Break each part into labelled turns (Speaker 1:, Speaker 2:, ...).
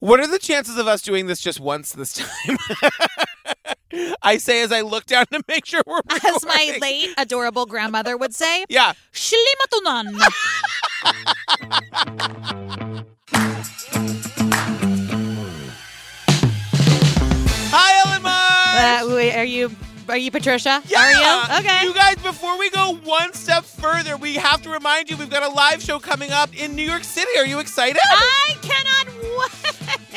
Speaker 1: What are the chances of us doing this just once this time? I say as I look down to make sure we're
Speaker 2: As my
Speaker 1: recording.
Speaker 2: late adorable grandmother would say,
Speaker 1: Yeah.
Speaker 2: Shlimatunan.
Speaker 1: Hi, Ellen Mars.
Speaker 2: Uh, wait, are you are you Patricia?
Speaker 1: Yeah.
Speaker 2: Are you? Okay.
Speaker 1: You guys, before we go one step further, we have to remind you we've got a live show coming up in New York City. Are you excited?
Speaker 2: I cannot wait.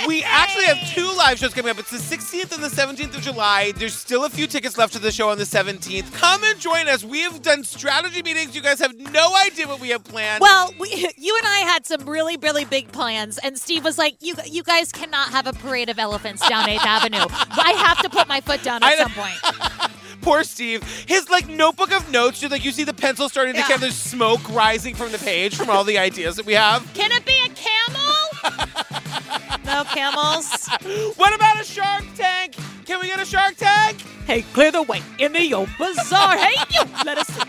Speaker 1: We actually have two live shows coming up. It's the 16th and the 17th of July. There's still a few tickets left to the show on the 17th. Come and join us. We have done strategy meetings. You guys have no idea what we have planned.
Speaker 2: Well, we, you and I had some really, really big plans, and Steve was like, "You, you guys cannot have a parade of elephants down Eighth Avenue. I have to put my foot down
Speaker 1: I
Speaker 2: at
Speaker 1: know.
Speaker 2: some point."
Speaker 1: Poor Steve. His like notebook of notes, just like you see the pencil starting to
Speaker 2: Yeah.
Speaker 1: count. There's smoke rising from the page from all the ideas that we have.
Speaker 2: Can it be a camel? no camels.
Speaker 1: What about a shark tank? Can we get a shark tank?
Speaker 2: Hey, clear the way in the old bazaar. Hey, you, let us.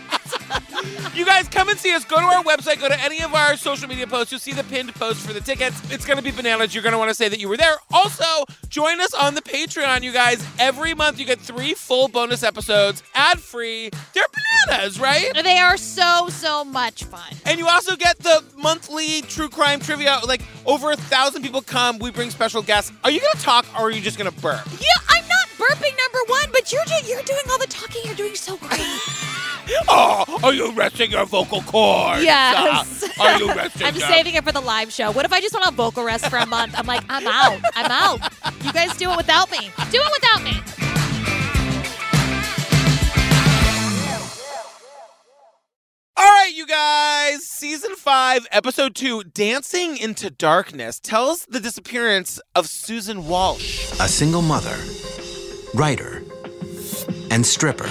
Speaker 1: You guys come and see us. Go to our website. Go to any of our social media posts. You'll see the pinned post for the tickets. It's going to be bananas. You're going to want to say that you were there. Also, join us on the Patreon, you guys. Every month, you get three full bonus episodes, ad free. They're bananas, right?
Speaker 2: They are so, so much fun.
Speaker 1: And you also get the monthly true crime trivia. Like, over a thousand people come. We bring special guests. Are you going to talk or are you just going to burp?
Speaker 2: Yeah, I'm not burping number one, but you're do- you're doing all the talking. You're doing so great.
Speaker 1: Oh, are you resting your vocal cords?
Speaker 2: Yes.
Speaker 1: Uh, are you resting
Speaker 2: I'm
Speaker 1: them?
Speaker 2: saving it for the live show. What if I just want a vocal rest for a month? I'm like, I'm out. I'm out. You guys do it without me. Do it without me.
Speaker 1: All right, you guys. Season five, episode two, Dancing into Darkness, tells the disappearance of Susan Walsh.
Speaker 3: A single mother, writer, and stripper.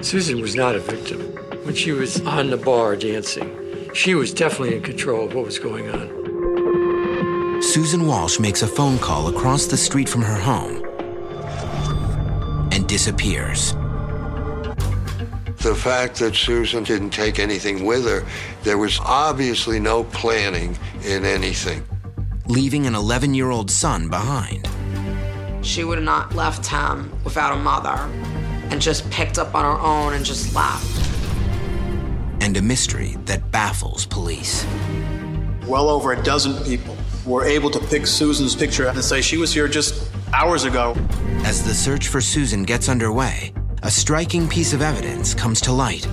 Speaker 4: Susan was not a victim. When she was on the bar dancing, she was definitely in control of what was going on.
Speaker 3: Susan Walsh makes a phone call across the street from her home and disappears.
Speaker 5: The fact that Susan didn't take anything with her, there was obviously no planning in anything.
Speaker 3: leaving an 11 year old son behind.
Speaker 6: She would have not left him without a mother and just picked up on her own and just left.
Speaker 3: And a mystery that baffles police.
Speaker 7: Well over a dozen people were able to pick Susan's picture up and say she was here just hours ago.
Speaker 3: As the search for Susan gets underway, a striking piece of evidence comes to light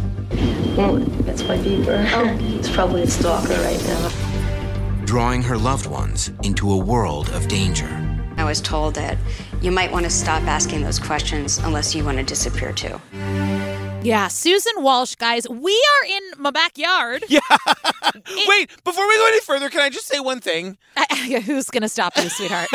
Speaker 8: Well, that's my beaver.
Speaker 9: Oh.
Speaker 8: He's probably a stalker right now.
Speaker 3: drawing her loved ones into a world of danger.
Speaker 9: I was told that you might want to stop asking those questions unless you want to disappear too.
Speaker 2: Yeah, Susan Walsh, guys. We are in my backyard. Yeah.
Speaker 1: Wait, before we go any further, can I just say one thing?
Speaker 2: who's gonna stop you, sweetheart?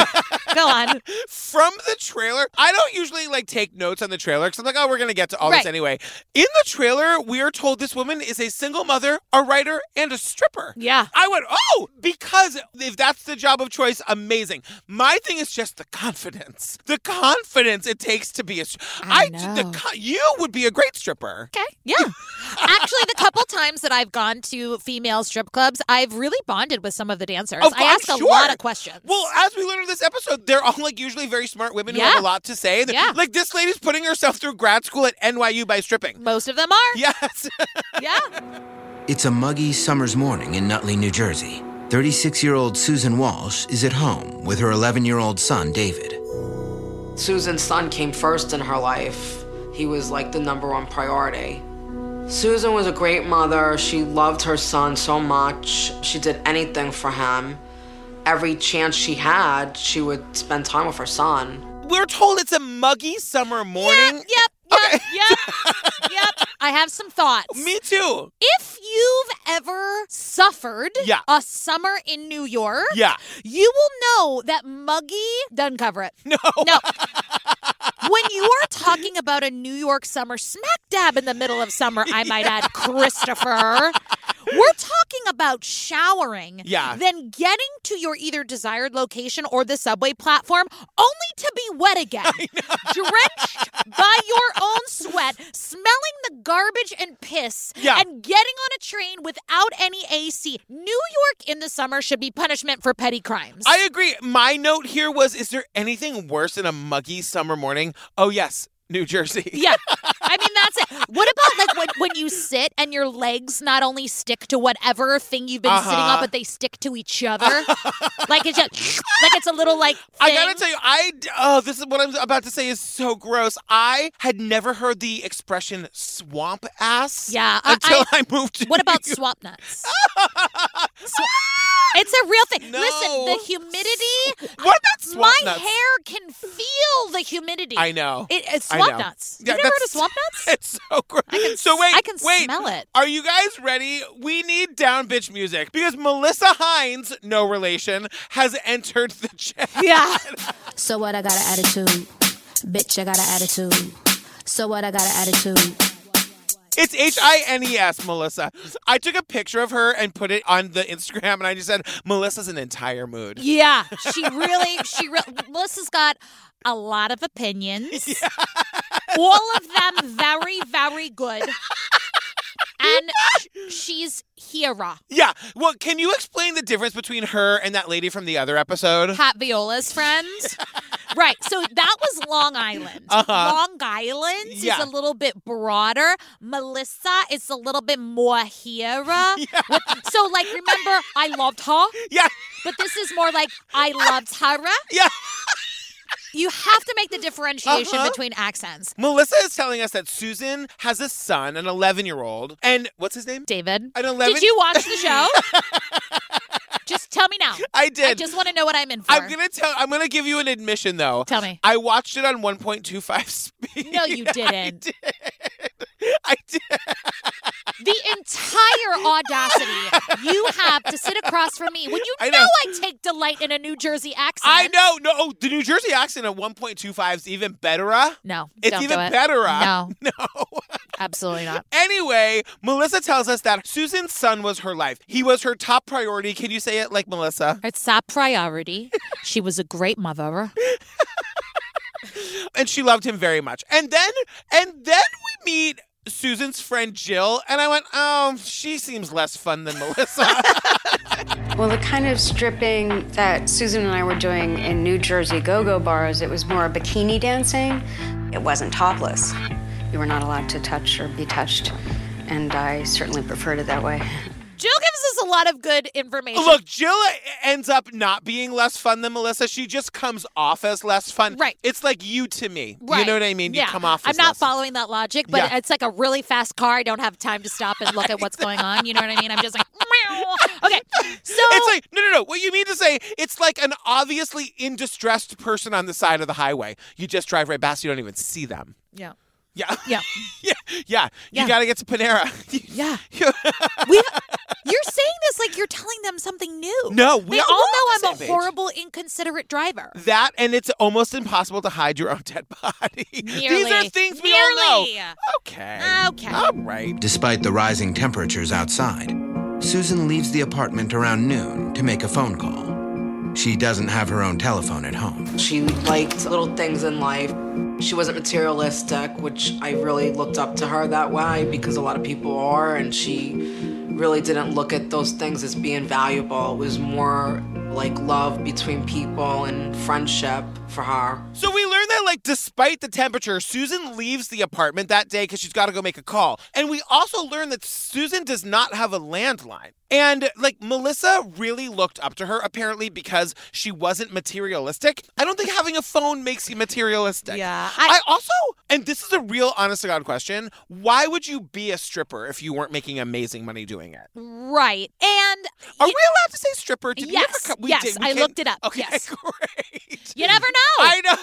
Speaker 2: Go on.
Speaker 1: From the trailer, I don't usually like take notes on the trailer because I'm like, oh, we're gonna get to all
Speaker 2: Right.
Speaker 1: this anyway. In the trailer, we are told this woman is a single mother, a writer, and a stripper.
Speaker 2: Yeah.
Speaker 1: I went, oh, because if that's the job of choice, amazing. My thing is just the confidence. The confidence it takes to be a str-
Speaker 2: I
Speaker 1: the
Speaker 2: know.
Speaker 1: co- you would be a great stripper.
Speaker 2: Okay. Yeah. Actually, the couple times that I've gone to female strip clubs, I've really bonded with some of the dancers.
Speaker 1: Of-
Speaker 2: I
Speaker 1: Oh, I'm
Speaker 2: asked a
Speaker 1: sure.
Speaker 2: lot of questions.
Speaker 1: Well, as we learned in this episode, they're all like usually very smart women who have
Speaker 2: Yeah.
Speaker 1: a lot to say. They're-
Speaker 2: Yeah.
Speaker 1: Like this lady's putting herself through grad school at NYU by stripping.
Speaker 2: most of them are.
Speaker 1: Yes.
Speaker 2: yeah.
Speaker 3: It's a muggy summer's morning in Nutley, New Jersey. 36 year old Susan Walsh is at home with her 11 year old son, David.
Speaker 6: Susan's son came first in her life. He was like the number one priority. Susan was a great mother. She loved her son so much. She did anything for him. Every chance she had, she would spend time with her son.
Speaker 1: We're told it's a muggy summer morning.
Speaker 2: Yep, yep, yep, yep. I have some thoughts.
Speaker 1: Me too.
Speaker 2: if you've ever suffered
Speaker 1: Yeah.
Speaker 2: a summer in New York,
Speaker 1: Yeah.
Speaker 2: you will know that muggy doesn't cover it. No. No. when you are talking about a New York summer smack dab in the middle of summer, I might add, Christopher, We're talking about showering,
Speaker 1: Yeah.
Speaker 2: then getting to your either desired location or the subway platform only to be wet again. Drenched by your own sweat, smelling the garbage and piss,
Speaker 1: Yeah.
Speaker 2: and getting on a train without any AC. New York in the summer should be punishment for petty crimes.
Speaker 1: I agree. My note here was is there anything worse than a muggy summer morning? Oh, yes, New Jersey.
Speaker 2: Yeah. I mean, that's it. What about like when, when you sit and your legs not only stick to whatever thing you've been sitting
Speaker 1: Uh-huh.
Speaker 2: on, but they stick to each other? like it's just, like it's a little like.
Speaker 1: I
Speaker 2: thing.
Speaker 1: gotta tell you, I oh, this is what I'm about to say is so gross. I had never heard the expression "swamp ass."
Speaker 2: Yeah, I-
Speaker 1: until I,
Speaker 2: I-
Speaker 1: moved. To
Speaker 2: What about
Speaker 1: New York.
Speaker 2: swamp nuts? Swa- it's a real thing. Listen,
Speaker 1: No.
Speaker 2: the humidity.
Speaker 1: What about swamp
Speaker 2: my
Speaker 1: nuts?
Speaker 2: hair can feel the humidity.
Speaker 1: I know.
Speaker 2: It, it's
Speaker 1: I
Speaker 2: swamp
Speaker 1: know.
Speaker 2: nuts.
Speaker 1: Yeah,
Speaker 2: you never heard of
Speaker 1: that's-
Speaker 2: swamp nuts?
Speaker 1: It's so gross. so wait,
Speaker 2: I can
Speaker 1: wait.
Speaker 2: smell it.
Speaker 1: Are you guys ready? We need down bitch music because Melissa Hines, no relation, has entered the chat.
Speaker 2: Yeah.
Speaker 8: So what? I got an attitude, bitch. I got an attitude. So what? I got an attitude.
Speaker 1: It's H I N E S, Melissa. I took a picture of her and put it on the Instagram, and I just said, Melissa's an entire mood.
Speaker 2: Yeah, she really, she really. Melissa's got a lot of opinions, all of them very, very good, and sh- she's Hira,
Speaker 1: Yeah. Well, can you explain the difference between her and that lady from the other episode?
Speaker 2: Pat Viola's friend. Right, so that was Long Island. Long Island
Speaker 1: Uh-huh. Yeah.
Speaker 2: is a little bit broader. Melissa is a little bit more Hira. With- so, like, remember, I loved her,
Speaker 1: Yeah.
Speaker 2: but this is more like I loved Hira.
Speaker 1: Yeah.
Speaker 2: You have to make the differentiation
Speaker 1: Uh-huh.
Speaker 2: between accents.
Speaker 1: Melissa is telling us that Susan has a son, an 11 year old, and what's his name?
Speaker 2: David,
Speaker 1: An 11
Speaker 2: did you watch the show? just tell me now.
Speaker 1: I did.
Speaker 2: I just want to know what I'm in for.
Speaker 1: I'm gonna tell. I'm gonna give you an admission though.
Speaker 2: Tell me.
Speaker 1: I watched it on 1.25 speed.
Speaker 2: No, you didn't.
Speaker 1: I did.
Speaker 2: The entire audacity you have to sit across from me when you
Speaker 1: I
Speaker 2: know.
Speaker 1: know.
Speaker 2: I take delight in a New Jersey accent.
Speaker 1: I know. No, oh, the New Jersey accent at 1.25 is even better. uh.
Speaker 2: No,
Speaker 1: It's
Speaker 2: don't
Speaker 1: even
Speaker 2: do it.
Speaker 1: better, uh.
Speaker 2: No,
Speaker 1: No.
Speaker 2: absolutely not.
Speaker 1: Anyway, Melissa tells us that Susan's son was her life. He was her top priority. Can you say it like Melissa?
Speaker 2: Her top priority. She was a great mother.
Speaker 1: And she loved him very much. And then, and then we meet Susan's friend Jill, and I went, oh, she seems less fun than Melissa.
Speaker 9: Well, the kind of stripping that Susan and I were doing in New Jersey go go bars, it was more bikini dancing. It wasn't topless. You were not allowed to touch or be touched, and I certainly preferred it that way.
Speaker 2: Jill gives us a lot of good information.
Speaker 1: Look, Jill ends up not being less fun than Melissa. She just comes off as less fun.
Speaker 2: Right.
Speaker 1: It's like you to me. You
Speaker 2: Right.
Speaker 1: know what I mean?
Speaker 2: Yeah.
Speaker 1: You come off
Speaker 2: I'm
Speaker 1: as
Speaker 2: not
Speaker 1: less
Speaker 2: following that logic, but
Speaker 1: Yeah.
Speaker 2: it's like a really fast car. I don't have time to stop and look at what's going on. You know what I mean? I'm just like, meow. okay. So
Speaker 1: It's like no, no, no. What you mean to say? It's like an obviously in distressed person on the side of the highway. You just drive right past. You don't even see them.
Speaker 2: yeah,
Speaker 1: Yeah,
Speaker 2: yeah,
Speaker 1: yeah, yeah. You
Speaker 2: Yeah.
Speaker 1: gotta get to Panera.
Speaker 2: yeah. We've, you're saying this like you're telling them something new.
Speaker 1: No, we
Speaker 2: they
Speaker 1: are-
Speaker 2: all
Speaker 1: we're on the same
Speaker 2: know I'm a
Speaker 1: page.
Speaker 2: horrible, inconsiderate driver.
Speaker 1: that and it's almost impossible to hide your own dead body. These are
Speaker 2: Nearly.
Speaker 1: things we all
Speaker 2: Nearly.
Speaker 1: know. Okay.
Speaker 2: Okay.
Speaker 1: All right.
Speaker 3: Despite the rising temperatures outside, Susan leaves the apartment around noon to make a phone call. She doesn't have her own telephone at home.
Speaker 6: She liked little things in life. She wasn't materialistic, which I really looked up to her that way because a lot of people are, and she really didn't look at those things as being valuable. It was more like love between people and friendship for her.
Speaker 1: So we learned that, like, despite the temperature, Susan leaves the apartment that day because she's got to go make a call. And we also learned that Susan does not have a landline. And, like, Melissa really looked up to her, apparently, because she wasn't materialistic. I don't think having a phone makes you materialistic.
Speaker 2: Yeah,
Speaker 1: I,
Speaker 2: I-
Speaker 1: also, and this is a real honest to God question why would you be a stripper if you weren't making amazing money doing it?
Speaker 2: Right. And
Speaker 1: Are we allowed to say stripper? Did we ever
Speaker 2: Yes,
Speaker 1: co- we
Speaker 2: yes,
Speaker 1: did-
Speaker 2: I
Speaker 1: can-
Speaker 2: looked it up,
Speaker 1: Okay,
Speaker 2: yes.
Speaker 1: great.
Speaker 2: you never know.
Speaker 1: I know.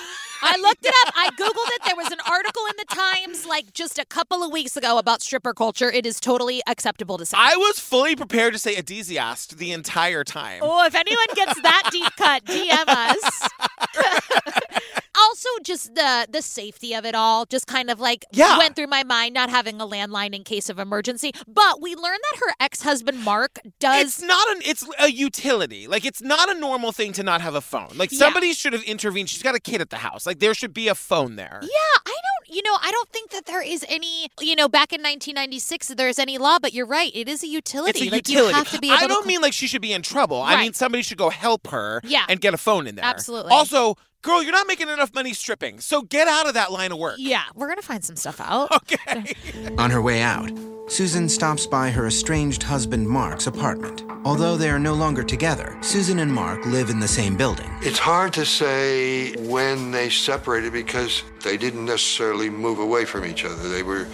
Speaker 2: I looked it up. I Googled it. There was an article in the Times like just a couple of weeks ago about stripper culture. It is totally acceptable to say.
Speaker 1: I was fully prepared to say adesiast the entire time.
Speaker 2: Oh, if anyone gets that deep cut, DM us. also, just was the the safety of it all just kind of like
Speaker 1: Yeah.
Speaker 2: went through my mind not having a landline in case of emergency. But we learned that her ex-husband Mark
Speaker 1: It's
Speaker 2: does
Speaker 1: not an it's a utility. Like it's not a normal thing to not have a phone. Like
Speaker 2: Yeah.
Speaker 1: somebody should have intervened. She's got a kid at the house. Like there should be a phone there.
Speaker 2: Yeah, I don't you know, I don't think that there is any, you know, back in 1996 that there is any law, but you're right, it is a utility.
Speaker 1: It's a
Speaker 2: like
Speaker 1: utility.
Speaker 2: you have to be able
Speaker 1: I
Speaker 2: to
Speaker 1: don't mean like she should be in trouble. I
Speaker 2: Right.
Speaker 1: mean somebody should go help her
Speaker 2: Yeah.
Speaker 1: and get a phone in there.
Speaker 2: Absolutely.
Speaker 1: Also, girl, you're not making enough money stripping. So get out of that line of work.
Speaker 2: Yeah, we're going to find some stuff out.
Speaker 1: Okay.
Speaker 3: On her way out, Susan stops by her estranged husband Mark's apartment. Although they are no longer together, Susan and Mark live in the same building.
Speaker 5: It's hard to say when they separated because they didn't necessarily move away from each other. They were,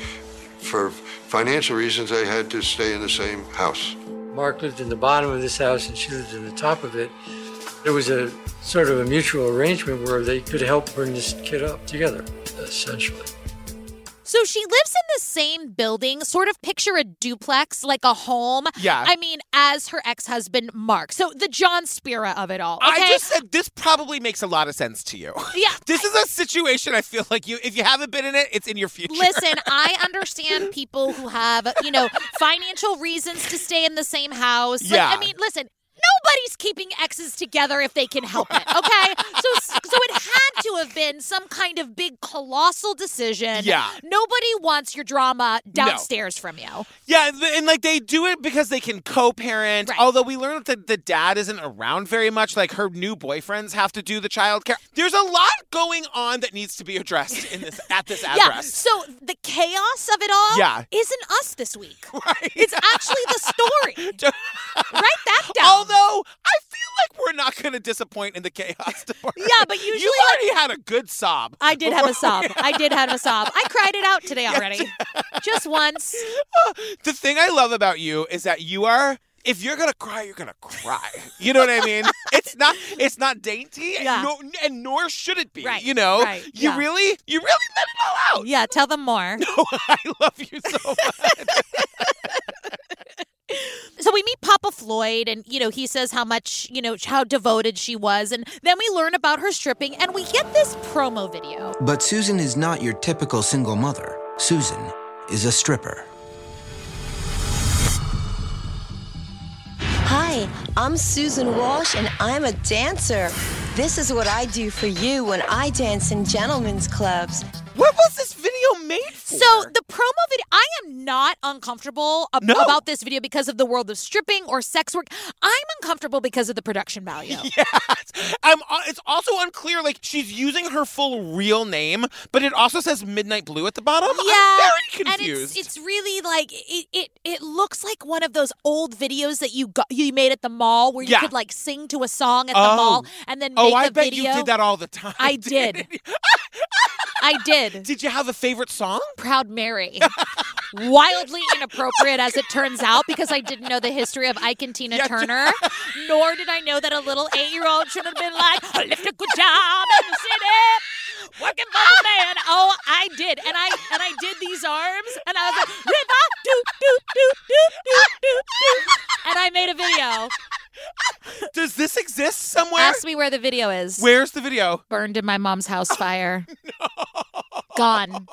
Speaker 5: for financial reasons, they had to stay in the same house.
Speaker 4: Mark lived in the bottom of this house and she lived in the top of it. There was a sort of a mutual arrangement where they could help bring this kid up together, essentially.
Speaker 2: So she lives in the same building, sort of picture a duplex, like a home.
Speaker 1: Yeah.
Speaker 2: I mean, as her ex husband, Mark. So the John Spira of it all. Okay.
Speaker 1: I just said this probably makes a lot of sense to you.
Speaker 2: Yeah.
Speaker 1: This is a situation I feel like you if you haven't been in it, it's in your future.
Speaker 2: Listen, I understand people who have, you know, financial reasons to stay in the same house. Like,
Speaker 1: Yeah.
Speaker 2: I mean, listen, nobody's keeping exes together if they can help it, okay? so so it had to have been some kind of big colossal decision.
Speaker 1: Yeah.
Speaker 2: Nobody wants your drama downstairs from you.
Speaker 1: Yeah, and, and like they do it because they can co-parent.
Speaker 2: Right.
Speaker 1: Although we learned that the dad isn't around very much, like her new boyfriends have to do the childcare. There's a lot going on that needs to be addressed in this at this
Speaker 2: Yeah.
Speaker 1: address.
Speaker 2: So the chaos of it all
Speaker 1: Yeah.
Speaker 2: isn't us this week. It's actually the story. Write that down.
Speaker 1: Although I feel like we're not going to disappoint in the chaos department.
Speaker 2: Yeah, but
Speaker 1: you
Speaker 2: usually,
Speaker 1: already had a good sob.
Speaker 2: I did have a sob. I did have a sob. I cried it out today already. Just once.
Speaker 1: the thing I love about you is that you are if you're gonna cry, you're gonna cry. You know what I mean? It's not it's not dainty,
Speaker 2: Yeah.
Speaker 1: and, nor, and nor should it be.
Speaker 2: Right,
Speaker 1: You know,
Speaker 2: right,
Speaker 1: you
Speaker 2: yeah.
Speaker 1: really you really let it all out.
Speaker 2: Yeah, tell them more.
Speaker 1: I love you so much.
Speaker 2: So we meet Papa Floyd and you know, he says how much, you know, how devoted she was and then we learn about her stripping and we get this promo video.
Speaker 3: But Susan is not your typical single mother. Susan is a stripper.
Speaker 10: Hi, I'm Susan Walsh and I'm a dancer. This is what I do for you when I dance in gentlemen's clubs.
Speaker 1: what was this video made for?
Speaker 2: So the promo video, I am not uncomfortable ab-
Speaker 1: No.
Speaker 2: about this video because of the world of stripping or sex work. I'm uncomfortable because of the production value.
Speaker 1: yes. I'm. uh, It's also unclear. Like she's using her full real name, but it also says Midnight Blue at the bottom. I'm very confused.
Speaker 2: And it's, it's really like it, it. It looks like one of those old videos that you got you made at the mall where you
Speaker 1: Yeah.
Speaker 2: could like sing to a song at
Speaker 1: Oh.
Speaker 2: the mall and then make
Speaker 1: oh, I
Speaker 2: a
Speaker 1: bet
Speaker 2: video.
Speaker 1: you did that all the time.
Speaker 2: I did. I did.
Speaker 1: Did you have a favorite song?
Speaker 2: Proud Mary. Wildly inappropriate, as it turns out, because I didn't know the history of Ike and Tina
Speaker 1: Yeah,
Speaker 2: Turner, nor did I know that a little eight-year-old should have been like, "I left a good job in the city, working for the man." Oh, I did, and I and I did these arms, and I was like, "River, do do do do do do do," and I made a video.
Speaker 1: Does this exist somewhere?
Speaker 2: Ask me where the video is.
Speaker 1: Where's the video?
Speaker 2: Burned in my mom's house fire. Gone,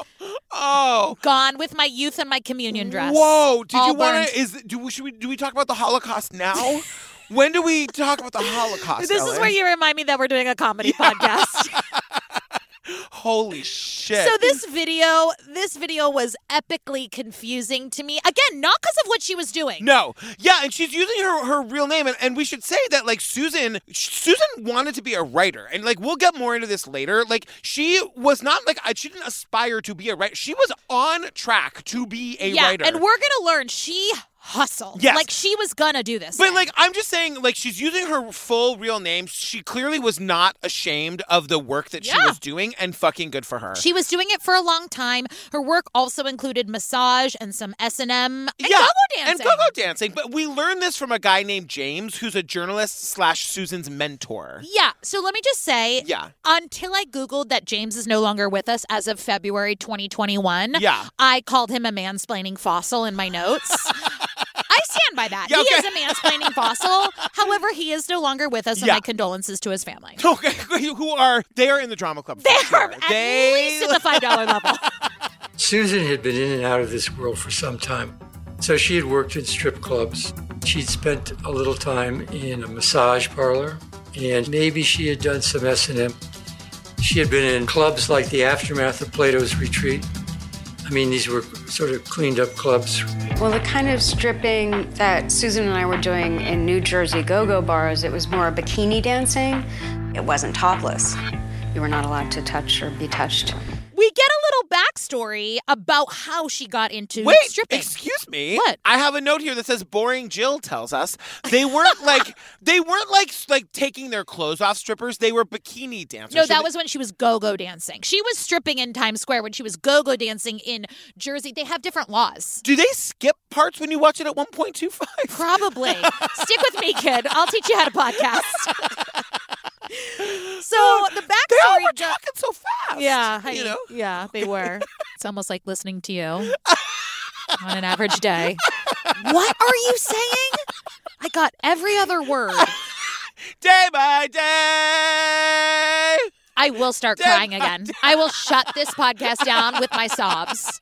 Speaker 1: Oh.
Speaker 2: gone with my youth and my communion dress.
Speaker 1: Whoa! Did
Speaker 2: All
Speaker 1: you want
Speaker 2: burned.
Speaker 1: to? Is do we- should we do we talk about the Holocaust now? when do we talk about the Holocaust?
Speaker 2: This is
Speaker 1: Ellen?
Speaker 2: where you remind me that we're doing a comedy podcast.
Speaker 1: Holy shit!
Speaker 2: so this video, this video was epically confusing to me. Again, not because of what she was doing.
Speaker 1: No. Yeah, and she's using her, her real name. And, and we should say that, like, Susan, Susan wanted to be a writer. And, like, we'll get more into this later. Like, she was not, like, I- she didn't aspire to be a writer. She was on track to be a
Speaker 2: yeah,
Speaker 1: writer.
Speaker 2: and we're gonna learn she hustled.
Speaker 1: Yes.
Speaker 2: like she was gonna do this.
Speaker 1: But like I'm just saying, like she's using her full real name. She clearly was not ashamed of the work that she
Speaker 2: Yeah.
Speaker 1: was doing, and fucking good for her.
Speaker 2: she was doing it for a long time. Her work also included massage and some S and M and
Speaker 1: yeah,
Speaker 2: go-go dancing.
Speaker 1: and go-go dancing. But we learned this from a guy named James, who's a journalist slash Susan's mentor.
Speaker 2: Yeah. So let me just say,
Speaker 1: Yeah.
Speaker 2: Until I googled that James is no longer with us as of February 2021.
Speaker 1: Yeah.
Speaker 2: I called him a mansplaining fossil in my notes. I stand by that.
Speaker 1: Yeah,
Speaker 2: He is
Speaker 1: okay.
Speaker 2: a mansplaining fossil. However, he is no longer with us, and
Speaker 1: Yeah.
Speaker 2: my condolences to his family.
Speaker 1: Okay, who are they are in the drama club? They are
Speaker 2: At least at the five dollar level.
Speaker 4: Susan had been in and out of this world for some time. So she had worked in strip clubs. She'd spent a little time in a massage parlor, and maybe she had done some S&M. She had been in clubs like the aftermath of Plato's Retreat. I mean, these were sort of cleaned up clubs
Speaker 9: Well, the kind of stripping that Susan and I were doing in New Jersey go go bars, it was more bikini dancing. It wasn't topless. You were not allowed to touch or be touched.
Speaker 2: We get a little backstory about how she got into
Speaker 1: Wait,
Speaker 2: stripping.
Speaker 1: excuse me.
Speaker 2: What?
Speaker 1: I have a note here that says boring Jill tells us they weren't like they weren't like like taking their clothes off strippers. They were bikini dancers.
Speaker 2: No,
Speaker 1: So
Speaker 2: that
Speaker 1: they-
Speaker 2: was when she was go-go dancing. She was stripping in Times Square when she was go-go dancing in Jersey. They have different laws.
Speaker 1: Do they skip parts when you watch it at 1.25?
Speaker 2: Probably. Stick with me, kid. I'll teach you how to podcast. so the
Speaker 1: They all
Speaker 2: backstory.
Speaker 1: were talking so fast.
Speaker 2: yeah, I-
Speaker 1: you know.
Speaker 2: yeah, they were. It's almost like listening to you on an average day. What are you saying? I got every other word.
Speaker 1: Day by day.
Speaker 2: I will start
Speaker 1: Damn,
Speaker 2: crying again. I will shut this podcast down with my sobs.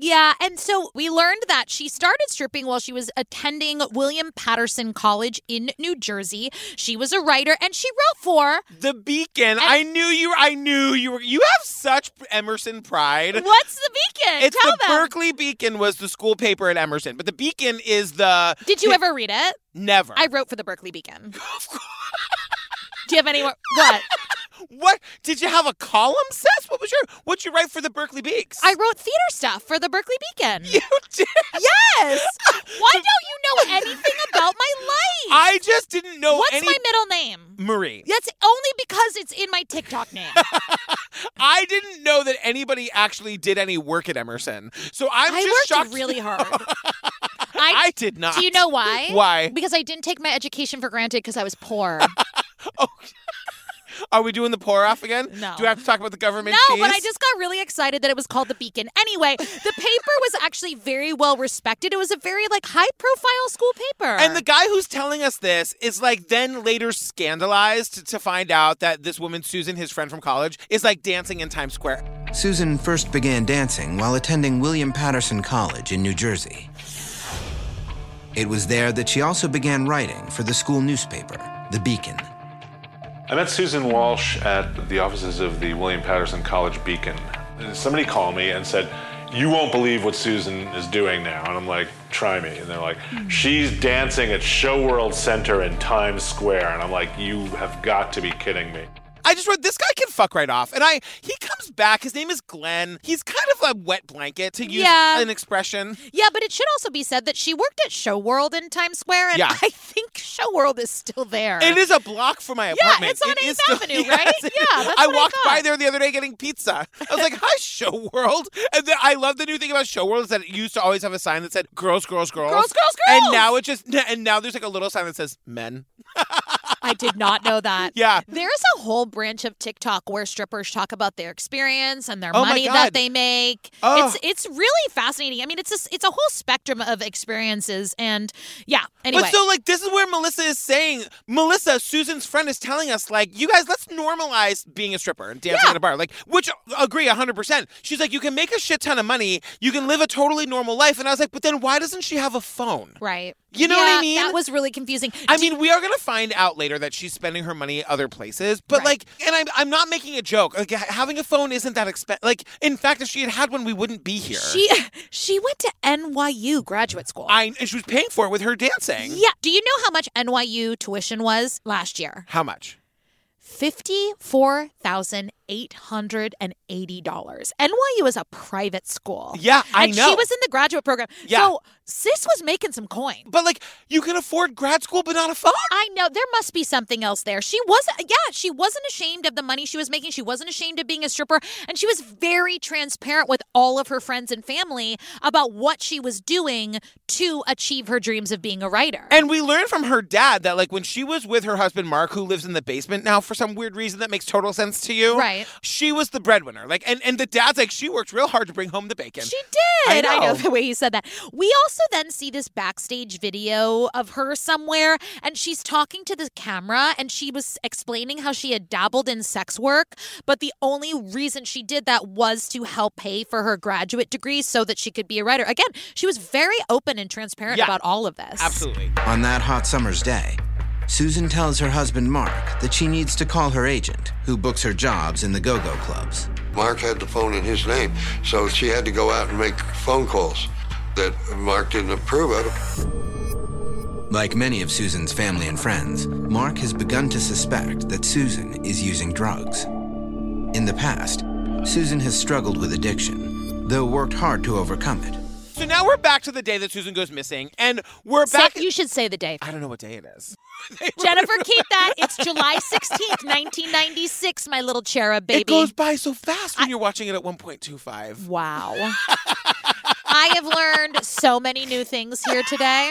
Speaker 2: Yeah, and so we learned that she started stripping while she was attending William Patterson College in New Jersey. She was a writer and she wrote for
Speaker 1: The Beacon. I knew you. I knew you were. You have such Emerson pride.
Speaker 2: What's the Beacon?
Speaker 1: It's
Speaker 2: Tell
Speaker 1: the
Speaker 2: them.
Speaker 1: Berkeley Beacon was the school paper at Emerson, but the Beacon is the
Speaker 2: Did you ever read it?
Speaker 1: never.
Speaker 2: I wrote for the Berkeley Beacon. Do you have any more? What?
Speaker 1: What did you have a column, Sess? What was your what'd you write for the Berkeley Beaks?
Speaker 2: I wrote theater stuff for the Berkeley Beacon.
Speaker 1: you did.
Speaker 2: Yes. Why don't you know anything about my life?
Speaker 1: I just didn't know
Speaker 2: What's
Speaker 1: any
Speaker 2: my middle name?
Speaker 1: Marie.
Speaker 2: That's only because it's in my TikTok name.
Speaker 1: I didn't know that anybody actually did any work at Emerson. So I'm
Speaker 2: I
Speaker 1: just
Speaker 2: worked
Speaker 1: shocked.
Speaker 2: really hard.
Speaker 1: I
Speaker 2: I,
Speaker 1: did not.
Speaker 2: do you know why?
Speaker 1: Why?
Speaker 2: Because I didn't take my education for granted because I was poor.
Speaker 1: Are we doing the pour off again?
Speaker 2: No.
Speaker 1: Do I have to talk about the government?
Speaker 2: no, but I
Speaker 1: fees?
Speaker 2: just got really excited that it was called the Beacon. Anyway, the paper was actually very well respected. It was a very like high profile school paper.
Speaker 1: And the guy who's telling us this is like then later scandalized to find out that this woman, Susan, his friend from college, is like dancing in Times Square.
Speaker 3: Susan first began dancing while attending William Patterson College in New Jersey. It was there that she also began writing for the school newspaper, The Beacon.
Speaker 11: I met Susan Walsh at the offices of the William Patterson College Beacon. And somebody called me and said, You won't believe what Susan is doing now. And I'm like, Try me. And they're like, She's dancing at Show World Center in Times Square. And I'm like, You have got to be kidding me.
Speaker 1: I just read this guy can fuck right off, and I he comes back. His name is Glenn. He's kind of a wet blanket to use
Speaker 2: Yeah.
Speaker 1: an expression.
Speaker 2: yeah, but it should also be said that she worked at Show World in Times Square, and
Speaker 1: Yeah.
Speaker 2: I think Show World is still there.
Speaker 1: It is a block from my
Speaker 2: Yeah,
Speaker 1: apartment.
Speaker 2: it's on
Speaker 1: It is
Speaker 2: 8th
Speaker 1: still-
Speaker 2: Avenue,
Speaker 1: Yes,
Speaker 2: right?
Speaker 1: it-
Speaker 2: Yeah, that's
Speaker 1: I
Speaker 2: what I
Speaker 1: walked by
Speaker 2: thought.
Speaker 1: there the other day getting pizza. I was like, "Hi, Show World!" And then I love the new thing about Show World is that it used to always have a sign that said "Girls, girls, girls,
Speaker 2: Girls, girls,
Speaker 1: and
Speaker 2: girls!
Speaker 1: now it just and now there's like a little sign that says "Men."
Speaker 2: I did not know that.
Speaker 1: Yeah.
Speaker 2: There's a whole branch of TikTok where strippers talk about their experience and their
Speaker 1: Oh my
Speaker 2: money
Speaker 1: God.
Speaker 2: that they make.
Speaker 1: Oh.
Speaker 2: It's it's really fascinating. I mean, it's a, it's a whole spectrum of experiences and yeah, anyway.
Speaker 1: But so, like, this is where Melissa is saying, Melissa, Susan's friend, is telling us, like, you guys, let's normalize being a stripper and dancing
Speaker 2: Yeah.
Speaker 1: at a bar. Like, which agree 100%. She's like, you can make a shit ton of money, you can live a totally normal life. And I was like, but then why doesn't she have a phone?
Speaker 2: right.
Speaker 1: You know what I
Speaker 2: Yeah,
Speaker 1: mean?
Speaker 2: That was really confusing.
Speaker 1: I mean, we are going to find out later that she's spending her money other places, but
Speaker 2: Right.
Speaker 1: like, and I'm, I'm not making a joke. Like, ha- having a phone isn't that expensive. Like, in fact, if she had had one, we wouldn't be here.
Speaker 2: she she went to NYU graduate school.
Speaker 1: I, and she was paying for it with her dancing.
Speaker 2: yeah. Do you know how much NYU tuition was last year?
Speaker 1: How much?
Speaker 2: $54,880. NYU is a private school.
Speaker 1: Yeah, I
Speaker 2: and
Speaker 1: know.
Speaker 2: she was in the graduate program.
Speaker 1: Yeah.
Speaker 2: So sis was making some coin.
Speaker 1: But like, you can afford grad school, but not a phone.
Speaker 2: I know there must be something else there. She wasn't, yeah, she wasn't ashamed of the money she was making. She wasn't ashamed of being a stripper. And she was very transparent with all of her friends and family about what she was doing to achieve her dreams of being a writer.
Speaker 1: And we learned from her dad that, like, when she was with her husband Mark, who lives in the basement now for some weird reason that makes total sense to you,
Speaker 2: Right. Right.
Speaker 1: She was the breadwinner. Like, and, and the dad's like, she worked real hard to bring home the bacon.
Speaker 2: She did.
Speaker 1: I
Speaker 2: I know.
Speaker 1: know.
Speaker 2: the way you said that. We also then see this backstage video of her somewhere, and she's talking to the camera, and she was explaining how she had dabbled in sex work, but the only reason she did that was to help pay for her graduate degree so that she could be a writer. Again, she was very open and transparent
Speaker 3: Yeah.
Speaker 2: about all of this.
Speaker 1: Absolutely.
Speaker 3: On that hot summer's day, Susan tells her husband Mark that she needs to call her agent, who books her jobs in the go go clubs.
Speaker 5: Mark had the phone in his name, so she had to go out and make phone calls that Mark didn't approve of.
Speaker 3: Like many of Susan's family and friends, Mark has begun to suspect that Susan is using drugs. In the past, Susan has struggled with addiction, though worked hard to overcome it.
Speaker 1: So now we're back to the day that Susan goes missing, and we're back.
Speaker 2: you should say the day.
Speaker 1: I don't know what day it is.
Speaker 2: Jennifer, keep that. It's July 16th, 1996, my little cherub baby.
Speaker 1: It goes by so fast when you're watching it at 1.25.
Speaker 2: Wow. I have learned so many new things here today.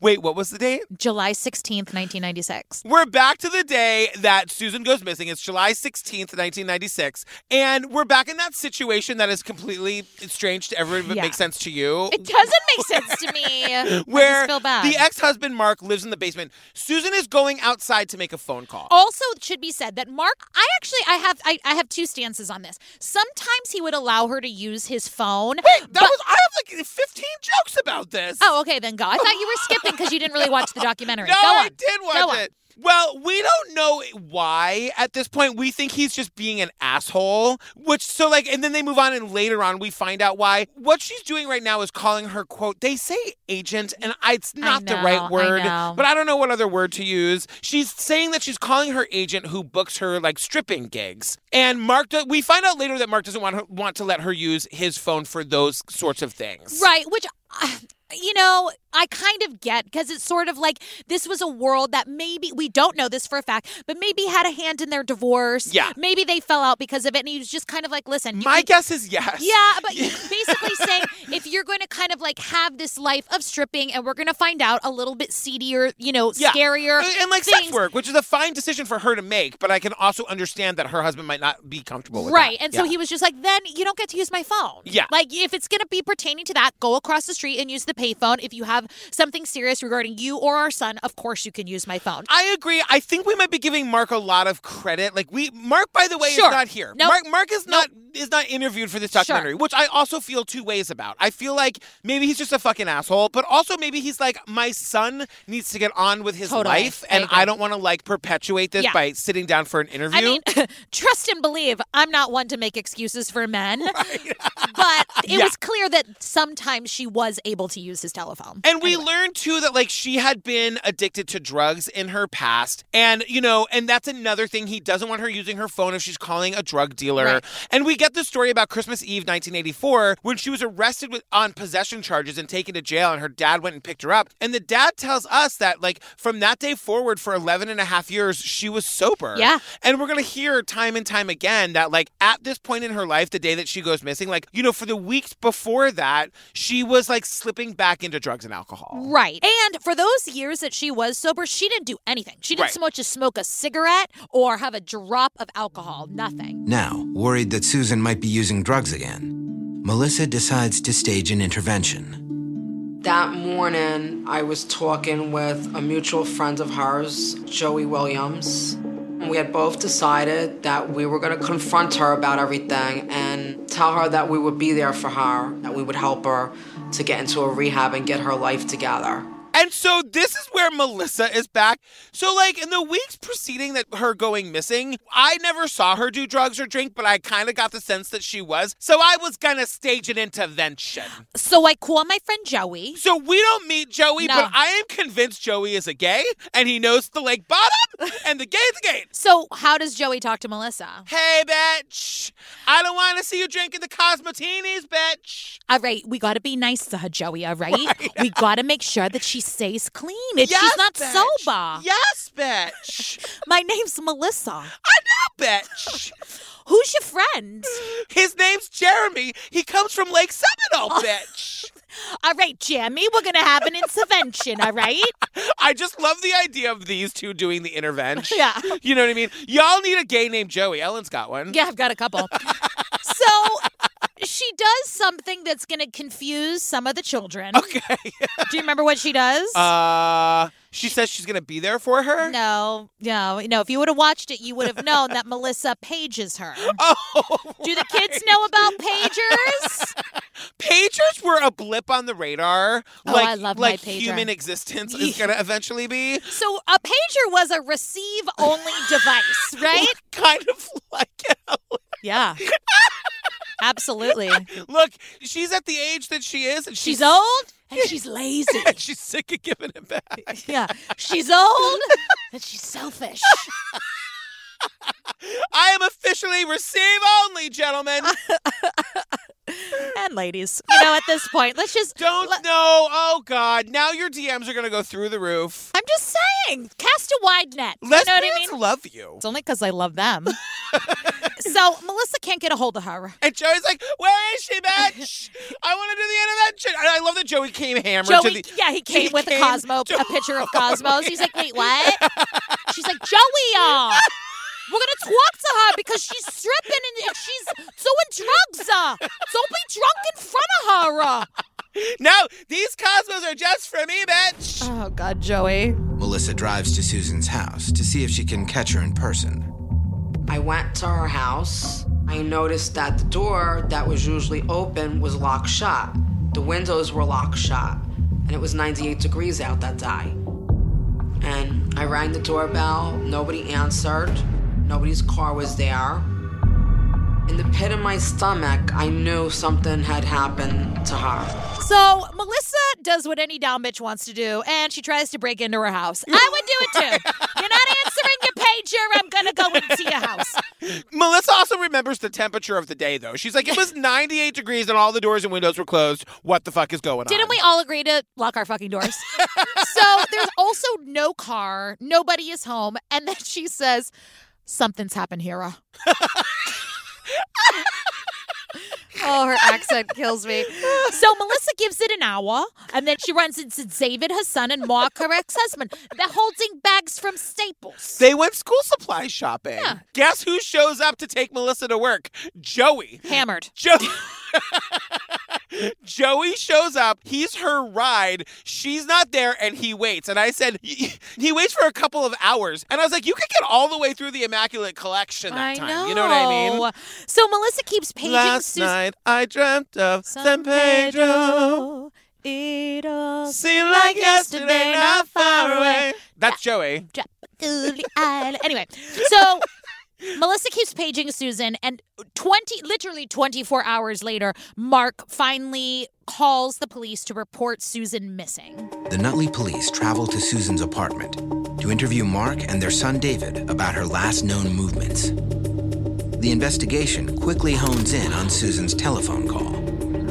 Speaker 1: Wait, what was the date?
Speaker 2: July 16th, 1996.
Speaker 1: We're back to the day that Susan goes missing. It's July 16th, 1996. And we're back in that situation that is completely strange to everyone, but
Speaker 2: Yeah.
Speaker 1: makes sense to you.
Speaker 2: It doesn't make sense to me. I
Speaker 1: where
Speaker 2: just feel bad.
Speaker 1: the ex-husband Mark lives in the basement. Susan is going outside to make a phone call.
Speaker 2: also it should be said that Mark, I actually I have I, I have two stances on this. Sometimes he would allow her to use his phone. Wait, that
Speaker 1: was I have like 15 jokes about this.
Speaker 2: Oh, okay, then go. I thought you were skipping because you didn't really watch the documentary.
Speaker 1: No,
Speaker 2: go on.
Speaker 1: I did watch
Speaker 2: Go on.
Speaker 1: it. Well, we don't know why at this point. We think he's just being an asshole, which so like, and then they move on, and later on we find out why. What she's doing right now is calling her quote. They say agent, and I, it's not the
Speaker 2: know, I
Speaker 1: right word,
Speaker 2: know.
Speaker 1: but I don't know what other word to use. She's saying that she's calling her agent who books her like stripping gigs, and Mark. do- We find out later that Mark doesn't want her, want to let her use his phone for those sorts of things.
Speaker 2: Right, which uh, you know, I kind of get because it's sort of like this was a world that maybe we don't know this for a fact, but maybe had a hand in their divorce.
Speaker 1: Yeah.
Speaker 2: Maybe they fell out because of it and he was just kind of like, listen, you-
Speaker 1: My
Speaker 2: you-
Speaker 1: guess is yes.
Speaker 2: Yeah, but you- basically saying if you're going to kind of like have this life of stripping and we're going to find out a little bit seedier, you know,
Speaker 1: Yeah.
Speaker 2: scarier
Speaker 1: And- and like
Speaker 2: things,
Speaker 1: sex work, which is a fine decision for her to make, but I can also understand that her husband might not be comfortable with
Speaker 2: Right.
Speaker 1: that.
Speaker 2: And so
Speaker 1: Yeah.
Speaker 2: he was just like, then you don't get to use my phone.
Speaker 1: Yeah.
Speaker 2: Like, if it's going to be pertaining to that, go across the street and use the payphone. If you have something serious regarding you or our son, of course you can use my phone.
Speaker 1: I agree. I think we might be giving Mark a lot of credit. Like we, Mark, by the way,
Speaker 2: Sure.
Speaker 1: is not here.
Speaker 2: Nope.
Speaker 1: Mark, Mark is not is not interviewed for this
Speaker 2: Sure.
Speaker 1: documentary, which I also feel two ways about. I feel like maybe he's just a fucking asshole, but also maybe he's like, my son needs to get on with his
Speaker 2: Totally.
Speaker 1: life,
Speaker 2: I
Speaker 1: and
Speaker 2: agree.
Speaker 1: I, don't want to like perpetuate this
Speaker 2: Yeah.
Speaker 1: by sitting down for an interview.
Speaker 2: I mean, trust and believe. I'm not one to make excuses for men, but it
Speaker 1: Yeah.
Speaker 2: was clear that sometimes she was able to use his telephone.
Speaker 1: And we learned too that like she had been addicted to drugs in her past. And you know, and that's another thing he doesn't want her using her phone if she's calling a drug dealer.
Speaker 12: Right.
Speaker 1: And we get the story about Christmas Eve 1984 when she was arrested with on possession charges and taken to jail and her dad went and picked her up. And the dad tells us that like from that day forward for 11 and a half years she was sober.
Speaker 2: Yeah.
Speaker 1: And we're going to hear time and time again that, like, at this point in her life, the day that she goes missing, like, you know, for the weeks before that, she was like slipping back into drugs and alcohol.
Speaker 2: Right. And for those years that she was sober, she didn't do anything. She didn't
Speaker 3: Right.
Speaker 2: so much as smoke a cigarette or have a drop of alcohol. Nothing.
Speaker 3: Now, worried that Susan might be using drugs again, Melissa decides to stage an intervention.
Speaker 6: That morning, I was talking with a mutual friend of hers, Joey Williams. We had both decided that we were going to confront her about everything and tell her that we would be there for her, that we would help her to get into a rehab and get her life together.
Speaker 1: And so this is where Melissa is back. So, like, in the weeks preceding that her going missing, I never saw her do drugs or drink, but I kind of got the sense that she was. So I was going to stage an intervention.
Speaker 2: So I call my friend Joey.
Speaker 1: So we don't meet Joey,
Speaker 2: No.
Speaker 1: but I am convinced Joey is a gay and he knows the lake bottom and the gay's a gay.
Speaker 2: So how does Joey talk to Melissa?
Speaker 1: Hey, bitch. I don't want to see you drinking the Cosmatinis, bitch.
Speaker 2: All right, we gotta be nice to her, Joey. All right, we gotta make sure that she stays clean. If
Speaker 1: Yes,
Speaker 2: she's not
Speaker 1: bitch.
Speaker 2: sober,
Speaker 1: yes, bitch.
Speaker 2: My name's Melissa. I
Speaker 1: know, bitch.
Speaker 2: Who's your friend? Ah.
Speaker 1: His name's Jeremy. He comes from Lake Seminole, bitch.
Speaker 2: All right, Jamie, we're going to have an intervention, all right?
Speaker 1: I just love the idea of these two doing the intervention.
Speaker 2: Yeah.
Speaker 1: You know what I mean? Y'all need a gay named Joey. Ellen's got one.
Speaker 2: Yeah, I've got a couple. so she does something that's going to confuse some of the children. Okay. Do you remember what she does?
Speaker 1: Uh, she says she's gonna be there for her.
Speaker 2: No, no, no. If you would have watched it, you would have known that Melissa pages her. Oh, do the kids know about pagers?
Speaker 1: Pagers were a blip on the radar.
Speaker 2: Oh,
Speaker 1: like,
Speaker 2: I love my
Speaker 1: like
Speaker 2: pager.
Speaker 1: human existence is gonna eventually be.
Speaker 2: so a pager was a receive-only device, right?
Speaker 1: kind of like
Speaker 2: Yeah. Absolutely.
Speaker 1: Look, she's at the age that she is, and she's,
Speaker 2: She's old and she's lazy.
Speaker 1: she's sick of giving it back.
Speaker 2: Yeah, she's old and she's selfish.
Speaker 1: I am officially receive only, gentlemen.
Speaker 2: and ladies, you know, at this point, let's just
Speaker 1: don't know. Oh God! Now your DMs are gonna go through the roof.
Speaker 2: I'm just saying, cast a wide net.
Speaker 1: Lesbians
Speaker 2: you know what I mean?
Speaker 1: love you.
Speaker 2: It's only because I love them. so Melissa can't get a hold of her.
Speaker 1: And Joey's like, "Where is she, bitch? I want to do the intervention." And I love that Joey came hammered to
Speaker 2: Joey,
Speaker 1: the.
Speaker 2: yeah, he
Speaker 1: he
Speaker 2: came with
Speaker 1: came
Speaker 2: a Cosmo,
Speaker 1: to-
Speaker 2: a picture of Cosmos. He's like, wait, what? She's like, Joey, uh, we're gonna talk to her because she's stripping and, and she's doing drugs. Uh. Don't be drunk in front of her. Uh.
Speaker 1: No, these Cosmos are just for me, bitch.
Speaker 2: Oh God, Joey.
Speaker 3: Melissa drives to Susan's house to see if she can catch her in person.
Speaker 6: I went to her house. I noticed that the door that was usually open was locked shut. The windows were locked shut, and it was 98 degrees out that day. And I rang the doorbell, nobody answered, nobody's car was there. In the pit of my stomach, I knew something had happened to her.
Speaker 2: So Melissa does what any down bitch wants to do, and she tries to break into her house. I would do it too. You're not answering your pager. I'm gonna go into your house.
Speaker 1: Melissa also remembers the temperature of the day, though. She's like, "It was 98 degrees and all the doors and windows were closed. What the fuck is going on?"
Speaker 2: Didn't we all agree to lock our fucking doors? so there's also no car. Nobody is home, and then she says, "Something's happened here." uh." Oh, her accent kills me. So Melissa gives it an hour, and then she runs into David, her son, and Mark, her ex-husband. They're holding bags from Staples.
Speaker 1: They went school supply shopping. Guess who shows up to take Melissa to work? Joey.
Speaker 2: Hammered.
Speaker 1: Joe- Joey shows up. He's her ride. She's not there, and he waits. And I said, "Y- he waits for a couple of hours. And I was like, you could get all the way through the Immaculate Collection that
Speaker 2: I
Speaker 1: time. You know what I mean?
Speaker 2: know. So Melissa keeps paging
Speaker 1: Last
Speaker 2: Susan.
Speaker 1: night I dreamt of San Pedro.
Speaker 2: It'll
Speaker 1: Seemed like yesterday, not far away. That's Joey.
Speaker 2: Goody Island. Anyway, so Melissa keeps paging Susan, and 20, literally 24 hours later, Mark finally calls the police to report Susan missing.
Speaker 3: The Nutley police travel to Susan's apartment to interview Mark and their son David about her last known movements. The investigation quickly hones in on Susan's telephone call.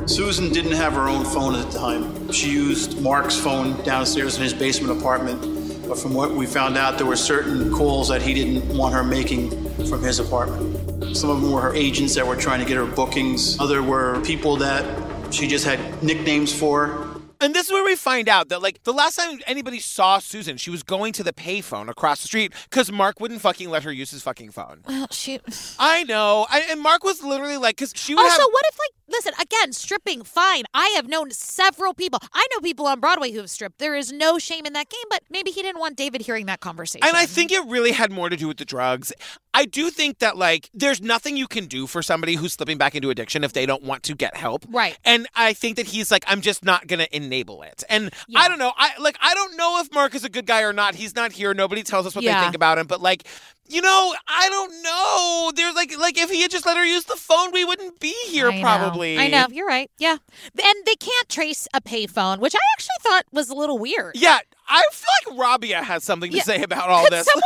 Speaker 7: Susan didn't have her own phone at the time. She used Mark's phone downstairs in his basement apartment. But from what we found out, there were certain calls that he didn't want her making from his apartment. Some of them were her agents that were trying to get her bookings, other were people that she just had nicknames for.
Speaker 1: And this is where we find out that, like, the last time anybody saw Susan, she was going to the payphone across the street because Mark wouldn't fucking let her use his fucking phone.
Speaker 2: Well, she.
Speaker 1: I know. I, and Mark was literally like, because she would
Speaker 2: Also,
Speaker 1: have.
Speaker 2: what if, like, listen, again, stripping, fine. I have known several people. I know people on Broadway who have stripped. There is no shame in that game, but maybe he didn't want David hearing that conversation.
Speaker 1: And I think it really had more to do with the drugs. I do think that, like, there's nothing you can do for somebody who's slipping back into addiction if they don't want to get help.
Speaker 2: Right.
Speaker 1: And I think that he's like, I'm just not going to enable it. And I don't know. I like, I don't know if Mark is a good guy or not. He's not here. Nobody tells us what they
Speaker 2: Yeah.
Speaker 1: think about him. But like, you know, I don't know. There's like, like if he had just let her use the phone, we wouldn't be here.
Speaker 2: I know.
Speaker 1: probably.
Speaker 2: I know. You're right. Yeah. And they can't trace a payphone, which I actually thought was a little weird.
Speaker 1: Yeah. I feel like Rabia has something to say about all
Speaker 2: could
Speaker 1: this.
Speaker 2: Someone,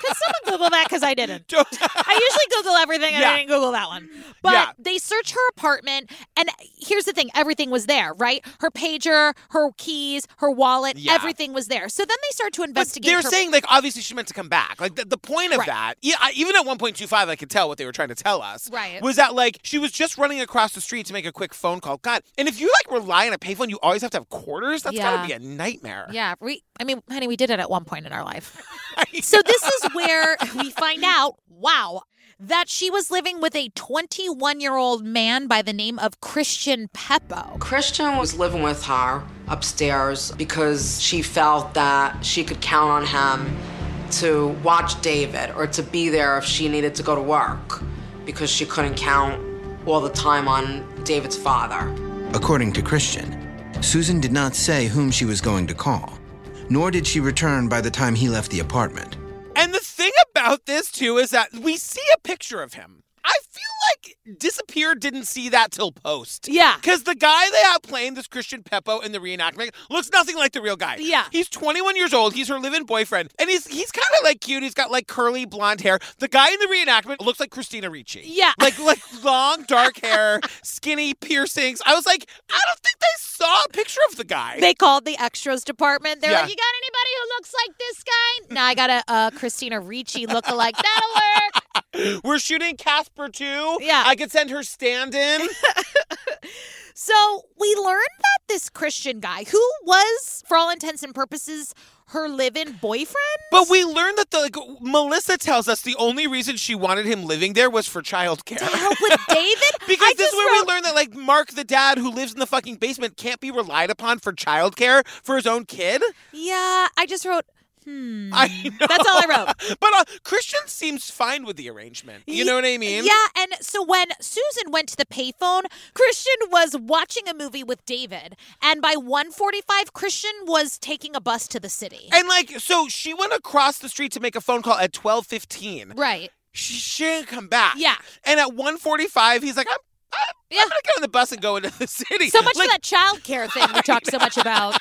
Speaker 2: could someone Google that because I didn't. I usually Google everything and
Speaker 1: Yeah.
Speaker 2: I didn't Google that one. But
Speaker 1: Yeah.
Speaker 2: they search her apartment, and here's the thing everything was there, right? Her pager, her keys, her wallet,
Speaker 1: Yeah.
Speaker 2: everything was there. So then they start to investigate.
Speaker 1: They're
Speaker 2: her-
Speaker 1: saying like obviously she meant to come back. Like the, the point of
Speaker 2: Right.
Speaker 1: that, yeah, I, even at 1.25, I could tell what they were trying to tell us.
Speaker 2: Right.
Speaker 1: Was that like she was just running across the street to make a quick phone call? God, and if you like rely on a payphone, you always have to have quarters. That's
Speaker 2: Yeah.
Speaker 1: gotta be a nightmare.
Speaker 2: Yeah, we. I mean, honey, we did it at one point in our life. so this is where we find out. Wow, that she was living with a 21 year old man by the name of Christian Peppo.
Speaker 6: Christian was living with her upstairs because she felt that she could count on him to watch David or to be there if she needed to go to work because she couldn't count all the time on David's father.
Speaker 3: According to Christian, Susan did not say whom she was going to call, nor did she return by the time he left the apartment.
Speaker 1: And the thing about this too is that we see a picture of him. I feel like disappear didn't see that till post.
Speaker 2: Yeah.
Speaker 1: Because the guy they have playing this Christian Peppo in the reenactment looks nothing like the real guy.
Speaker 2: Yeah.
Speaker 1: He's 21 years old. He's her living boyfriend. And he's he's kind of like cute. He's got like curly blonde hair. The guy in the reenactment looks like Christina Ricci.
Speaker 2: Yeah.
Speaker 1: Like like long dark hair, skinny piercings. I was like, I don't think they saw a picture of the guy.
Speaker 2: They called the extras department. They're
Speaker 1: Yeah.
Speaker 2: like, "You got anybody who looks like this guy?" Now I got a uh, Christina Ricci lookalike. That'll work.
Speaker 1: We're shooting Casper too.
Speaker 2: Yeah.
Speaker 1: I could send her stand in.
Speaker 2: So we learned that this Christian guy, who was, for all intents and purposes, her live-in boyfriend.
Speaker 1: But we learned that the like, Melissa tells us the only reason she wanted him living there was for childcare.
Speaker 2: help with David?
Speaker 1: Because
Speaker 2: I
Speaker 1: this is
Speaker 2: just
Speaker 1: where
Speaker 2: wrote-
Speaker 1: we learned that like Mark, the dad who lives in the fucking basement, can't be relied upon for childcare for his own kid.
Speaker 2: Yeah, I just wrote. Hmm.
Speaker 1: I know.
Speaker 2: That's all I wrote.
Speaker 1: but uh, Christian seems fine with the arrangement. You know what I mean?
Speaker 2: Yeah, and so when Susan went to the payphone, Christian was watching a movie with David, and by 1:45 Christian was taking a bus to the city.
Speaker 1: And like, so she went across the street to make a phone call at twelve fifteen.
Speaker 2: Right.
Speaker 1: She shouldn't come back.
Speaker 2: Yeah.
Speaker 1: And at one forty five, he's like, I'm, I'm, I'm gonna get on the bus and go into the city.
Speaker 2: So much
Speaker 1: Like,
Speaker 2: for that childcare thing we talked so much about.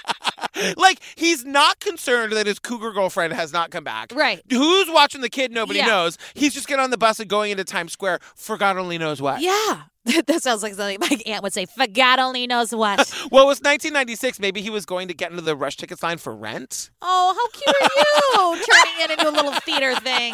Speaker 1: like he's not concerned that his cougar girlfriend has not come back.
Speaker 2: Right.
Speaker 1: Who's watching the kid? Nobody
Speaker 2: Yeah.
Speaker 1: knows. He's just getting on the bus and going into Times Square for God only knows what.
Speaker 2: Yeah. that sounds like something my aunt would say. For God only knows what.
Speaker 1: Well, it was 1996. Maybe he was going to get into the rush tickets line for rent.
Speaker 2: Oh, how cute are you? Turning it into a little theater thing.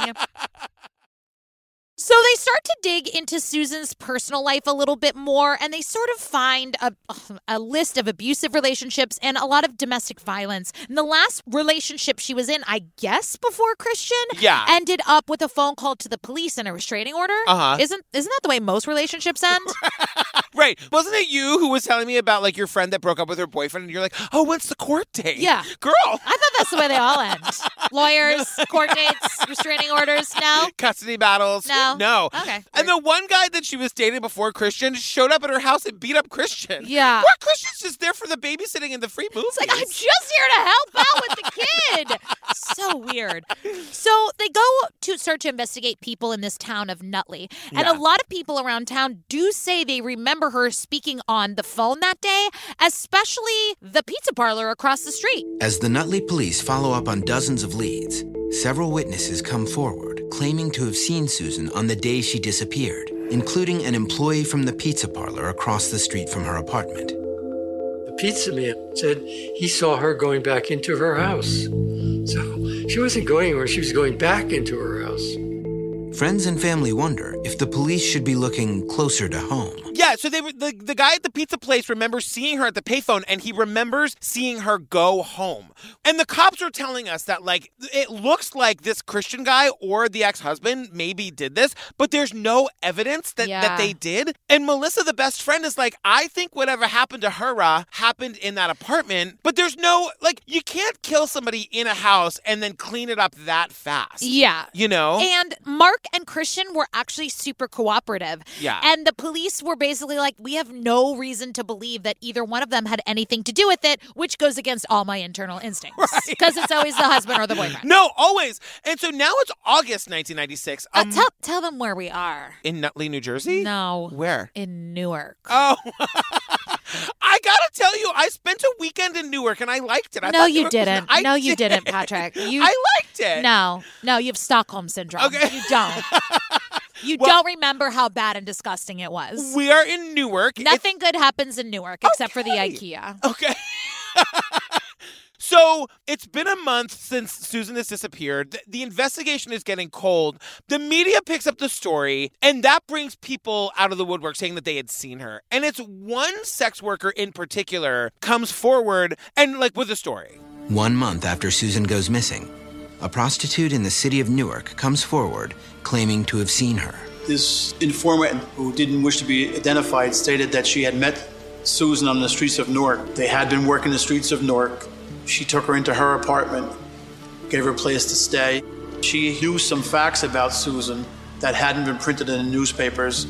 Speaker 2: So they start to dig into Susan's personal life a little bit more, and they sort of find a, a list of abusive relationships and a lot of domestic violence. And the last relationship she was in, I guess, before Christian,
Speaker 1: Yeah.
Speaker 2: ended up with a phone call to the police and a restraining order.
Speaker 1: Uh-huh.
Speaker 2: Isn't isn't that the way most relationships end?
Speaker 1: Right. Wasn't it you who was telling me about like your friend that broke up with her boyfriend and you're like, "Oh, when's the court date?"
Speaker 2: Yeah.
Speaker 1: Girl.
Speaker 2: I thought that's the way they all end. Lawyers, court dates, restraining orders. No,
Speaker 1: Custody battles.
Speaker 2: No?
Speaker 1: No.
Speaker 2: Okay.
Speaker 1: And the one guy that she was dating before Christian showed up at her house and beat up Christian.
Speaker 2: Yeah.
Speaker 1: Poor Christian's just there for the babysitting and the free movies.
Speaker 2: It's like, I'm just here to help out with the kid. so weird. So they go to start to investigate people in this town of Nutley. And
Speaker 1: Yeah.
Speaker 2: a lot of people around town do say they remember her speaking on the phone that day, especially the pizza parlor across the street.
Speaker 3: As the Nutley police follow up on dozens of leads, several witnesses come forward claiming to have seen Susan on the day she disappeared, including an employee from the pizza parlor across the street from her apartment.
Speaker 4: The pizza man said he saw her going back into her house. So she wasn't going anywhere, she was going back into her house.
Speaker 3: Friends and family wonder if the police should be looking closer to home.
Speaker 1: Yeah, so they were, the the guy at the pizza place remembers seeing her at the payphone, and he remembers seeing her go home. And the cops are telling us that like it looks like this Christian guy or the ex husband maybe did this, but there's no evidence that
Speaker 2: Yeah.
Speaker 1: that they did. And Melissa, the best friend, is like, I think whatever happened to her uh, happened in that apartment, but there's no like you can't kill somebody in a house and then clean it up that fast.
Speaker 2: Yeah.
Speaker 1: you know.
Speaker 2: And Mark and Christian were actually super cooperative.
Speaker 1: Yeah.
Speaker 2: And the police were basically like, we have no reason to believe that either one of them had anything to do with it, which goes against all my internal instincts. Because it's always the husband or the boyfriend.
Speaker 1: no, always. And so now it's August 1996.
Speaker 2: Uh,
Speaker 1: Um,
Speaker 2: tell, tell them where we are.
Speaker 1: in Nutley, New Jersey?
Speaker 2: No.
Speaker 1: Where?
Speaker 2: In Newark.
Speaker 1: Oh. I gotta tell you, I spent a weekend in Newark and I liked it. I
Speaker 2: no,
Speaker 1: thought
Speaker 2: you
Speaker 1: Newark was-
Speaker 2: didn't.
Speaker 1: I
Speaker 2: no, you
Speaker 1: did.
Speaker 2: didn't, Patrick. You,
Speaker 1: I liked it.
Speaker 2: No, no, you have Stockholm syndrome.
Speaker 1: Okay.
Speaker 2: You don't. You don't remember how bad and disgusting it was.
Speaker 1: We are in Newark. It's-
Speaker 2: Nothing good happens in Newark except for the IKEA.
Speaker 1: Okay. So it's been a month since Susan has disappeared. The, the investigation is getting cold. The media picks up the story, and that brings people out of the woodwork saying that they had seen her. And it's one sex worker in particular comes forward and, like, with a story.
Speaker 3: One month after Susan goes missing, a prostitute in the city of Newark comes forward claiming to have seen her.
Speaker 7: This informant who didn't wish to be identified stated that she had met Susan on the streets of Newark. They had been working the streets of Newark. She took her into her apartment, gave her a place to stay. She knew some facts about Susan that hadn't been printed in the newspapers.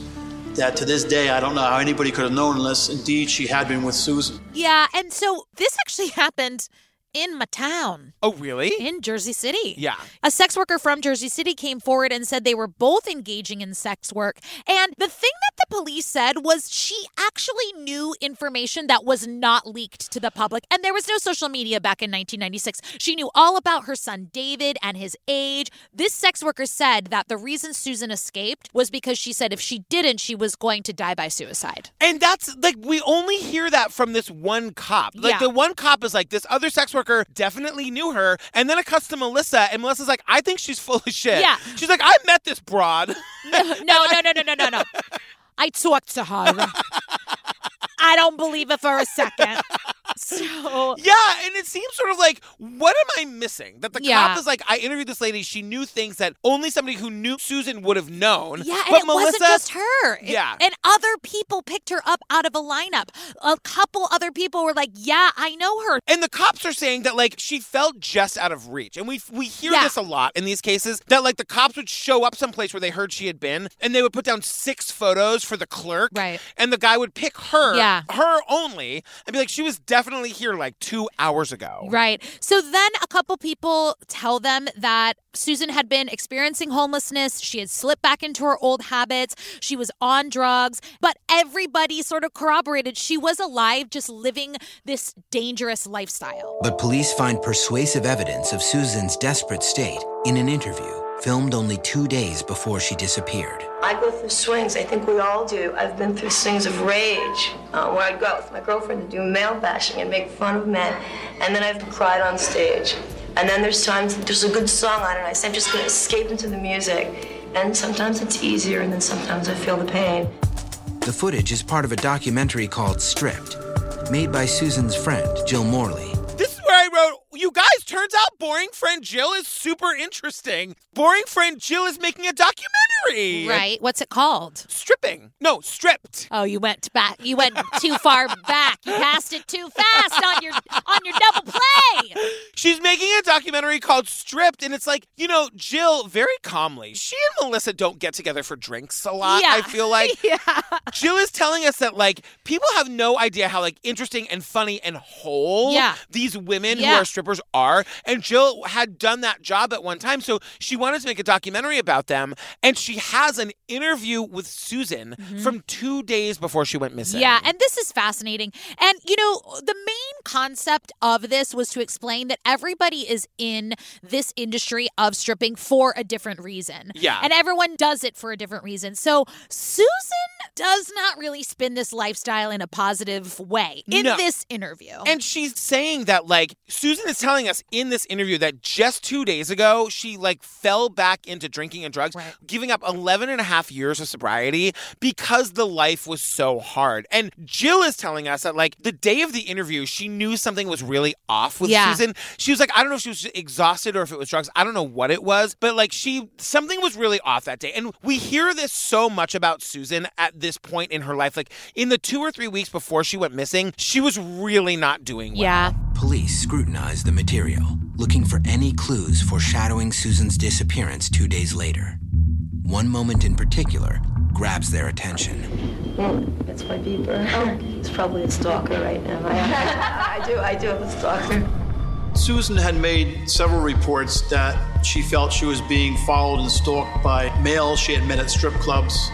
Speaker 7: That to this day, I don't know how anybody could have known unless indeed she had been with Susan.
Speaker 2: Yeah, and so this actually happened in my town.
Speaker 1: Oh, really?
Speaker 2: In Jersey City.
Speaker 1: Yeah.
Speaker 2: A sex worker from Jersey City came forward and said they were both engaging in sex work. And the thing that the police said was she actually knew information that was not leaked to the public. And there was no social media back in 1996. She knew all about her son David and his age. This sex worker said that the reason Susan escaped was because she said if she didn't, she was going to die by suicide.
Speaker 1: And that's like we only hear that from this one cop. Like
Speaker 2: Yeah.
Speaker 1: the one cop is like, this other sex worker definitely knew her, and then it cuts to Melissa, and Melissa's like, I think she's full of shit.
Speaker 2: Yeah.
Speaker 1: She's like, I met this broad.
Speaker 2: No, no, no, no, no, no, no, no. I talked to her. I don't believe it for a second. So
Speaker 1: Yeah, and it seems sort of like, what am I missing? That the
Speaker 2: Yeah.
Speaker 1: cop is like, I interviewed this lady, she knew things that only somebody who knew Susan would have known.
Speaker 2: Yeah, and
Speaker 1: but
Speaker 2: it
Speaker 1: Melissa,
Speaker 2: wasn't just her. It-
Speaker 1: Yeah.
Speaker 2: and other people picked her up out of a lineup. A couple other people were like, "Yeah, I know her."
Speaker 1: And the cops are saying that like she felt just out of reach, and we we hear
Speaker 2: Yeah.
Speaker 1: this a lot in these cases that like the cops would show up someplace where they heard she had been, and they would put down six photos for the clerk,
Speaker 2: Right.
Speaker 1: And the guy would pick her,
Speaker 2: Yeah.
Speaker 1: her only, and be like, she was definitely here like two hours ago,
Speaker 2: Right. So then a couple people tell them that Susan had been experiencing homelessness. She had slipped back into her old habits. She was on drugs, but everybody sort of corroborated she was alive, just living this dangerous lifestyle.
Speaker 3: But police find persuasive evidence of Susan's desperate state in an interview filmed only two days before she disappeared.
Speaker 12: I go through swings. I think we all do. I've been through swings of rage uh, where I'd go out with my girlfriend and do male bashing and make fun of men. And then I've cried on stage. And then there's times that there's a good song on and I say, I'm just going to escape into the music. And sometimes it's easier, and then sometimes I feel the pain.
Speaker 3: The footage is part of a documentary called Stripped, made by Susan's friend, Jill Morley.
Speaker 1: This is where I wrote, you guys, turns out Boring Friend Jill is super interesting. Boring Friend Jill is making a documentary.
Speaker 2: Right. What's it called?
Speaker 1: Stripping. No, stripped.
Speaker 2: Oh, you went back. You went too far back. You passed it too fast on your on your double play.
Speaker 1: She's making a documentary called Stripped, and it's like, you know, Jill, very calmly, she and Melissa don't get together for drinks a lot,
Speaker 2: Yeah.
Speaker 1: I feel like. yeah. Jill is telling us that, like, people have no idea how, like, interesting and funny and whole
Speaker 2: Yeah.
Speaker 1: these women
Speaker 2: Yeah.
Speaker 1: who are strippers are. And Jill had done that job at one time, so she wanted to make a documentary about them, and she has an interview with Susan from two days before she went missing.
Speaker 2: Mm-hmm. Yeah, and this is fascinating. And you know, the main concept of this was to explain that everybody is in this industry of stripping for a different reason.
Speaker 1: Yeah.
Speaker 2: And everyone does it for a different reason. So Susan does not really spin this lifestyle in a positive way in
Speaker 1: No.
Speaker 2: this interview.
Speaker 1: And she's saying that like Susan is telling us in this interview that just 2 days ago she like fell back into drinking and drugs, giving up 11 and a half years of sobriety because the life was so hard. And Jill is telling us that like the day of the interview she knew something was really off with
Speaker 2: Yeah.
Speaker 1: Susan. She was like I don't know if she was exhausted or if it was drugs. I don't know what it was, but like she something was really off that day. And we hear this so much about Susan at this point in her life like in the 2 or 3 weeks before she went missing, she was really not doing well.
Speaker 2: Yeah.
Speaker 3: Police scrutinize the material, looking for any clues foreshadowing Susan's disappearance two days later. One moment in particular grabs their attention.
Speaker 12: Mm, that's my beeper.
Speaker 9: Oh.
Speaker 12: It's probably a stalker right now. I, I do, I do have a stalker.
Speaker 7: Susan had made several reports that she felt she was being followed and stalked by males she had met at strip clubs.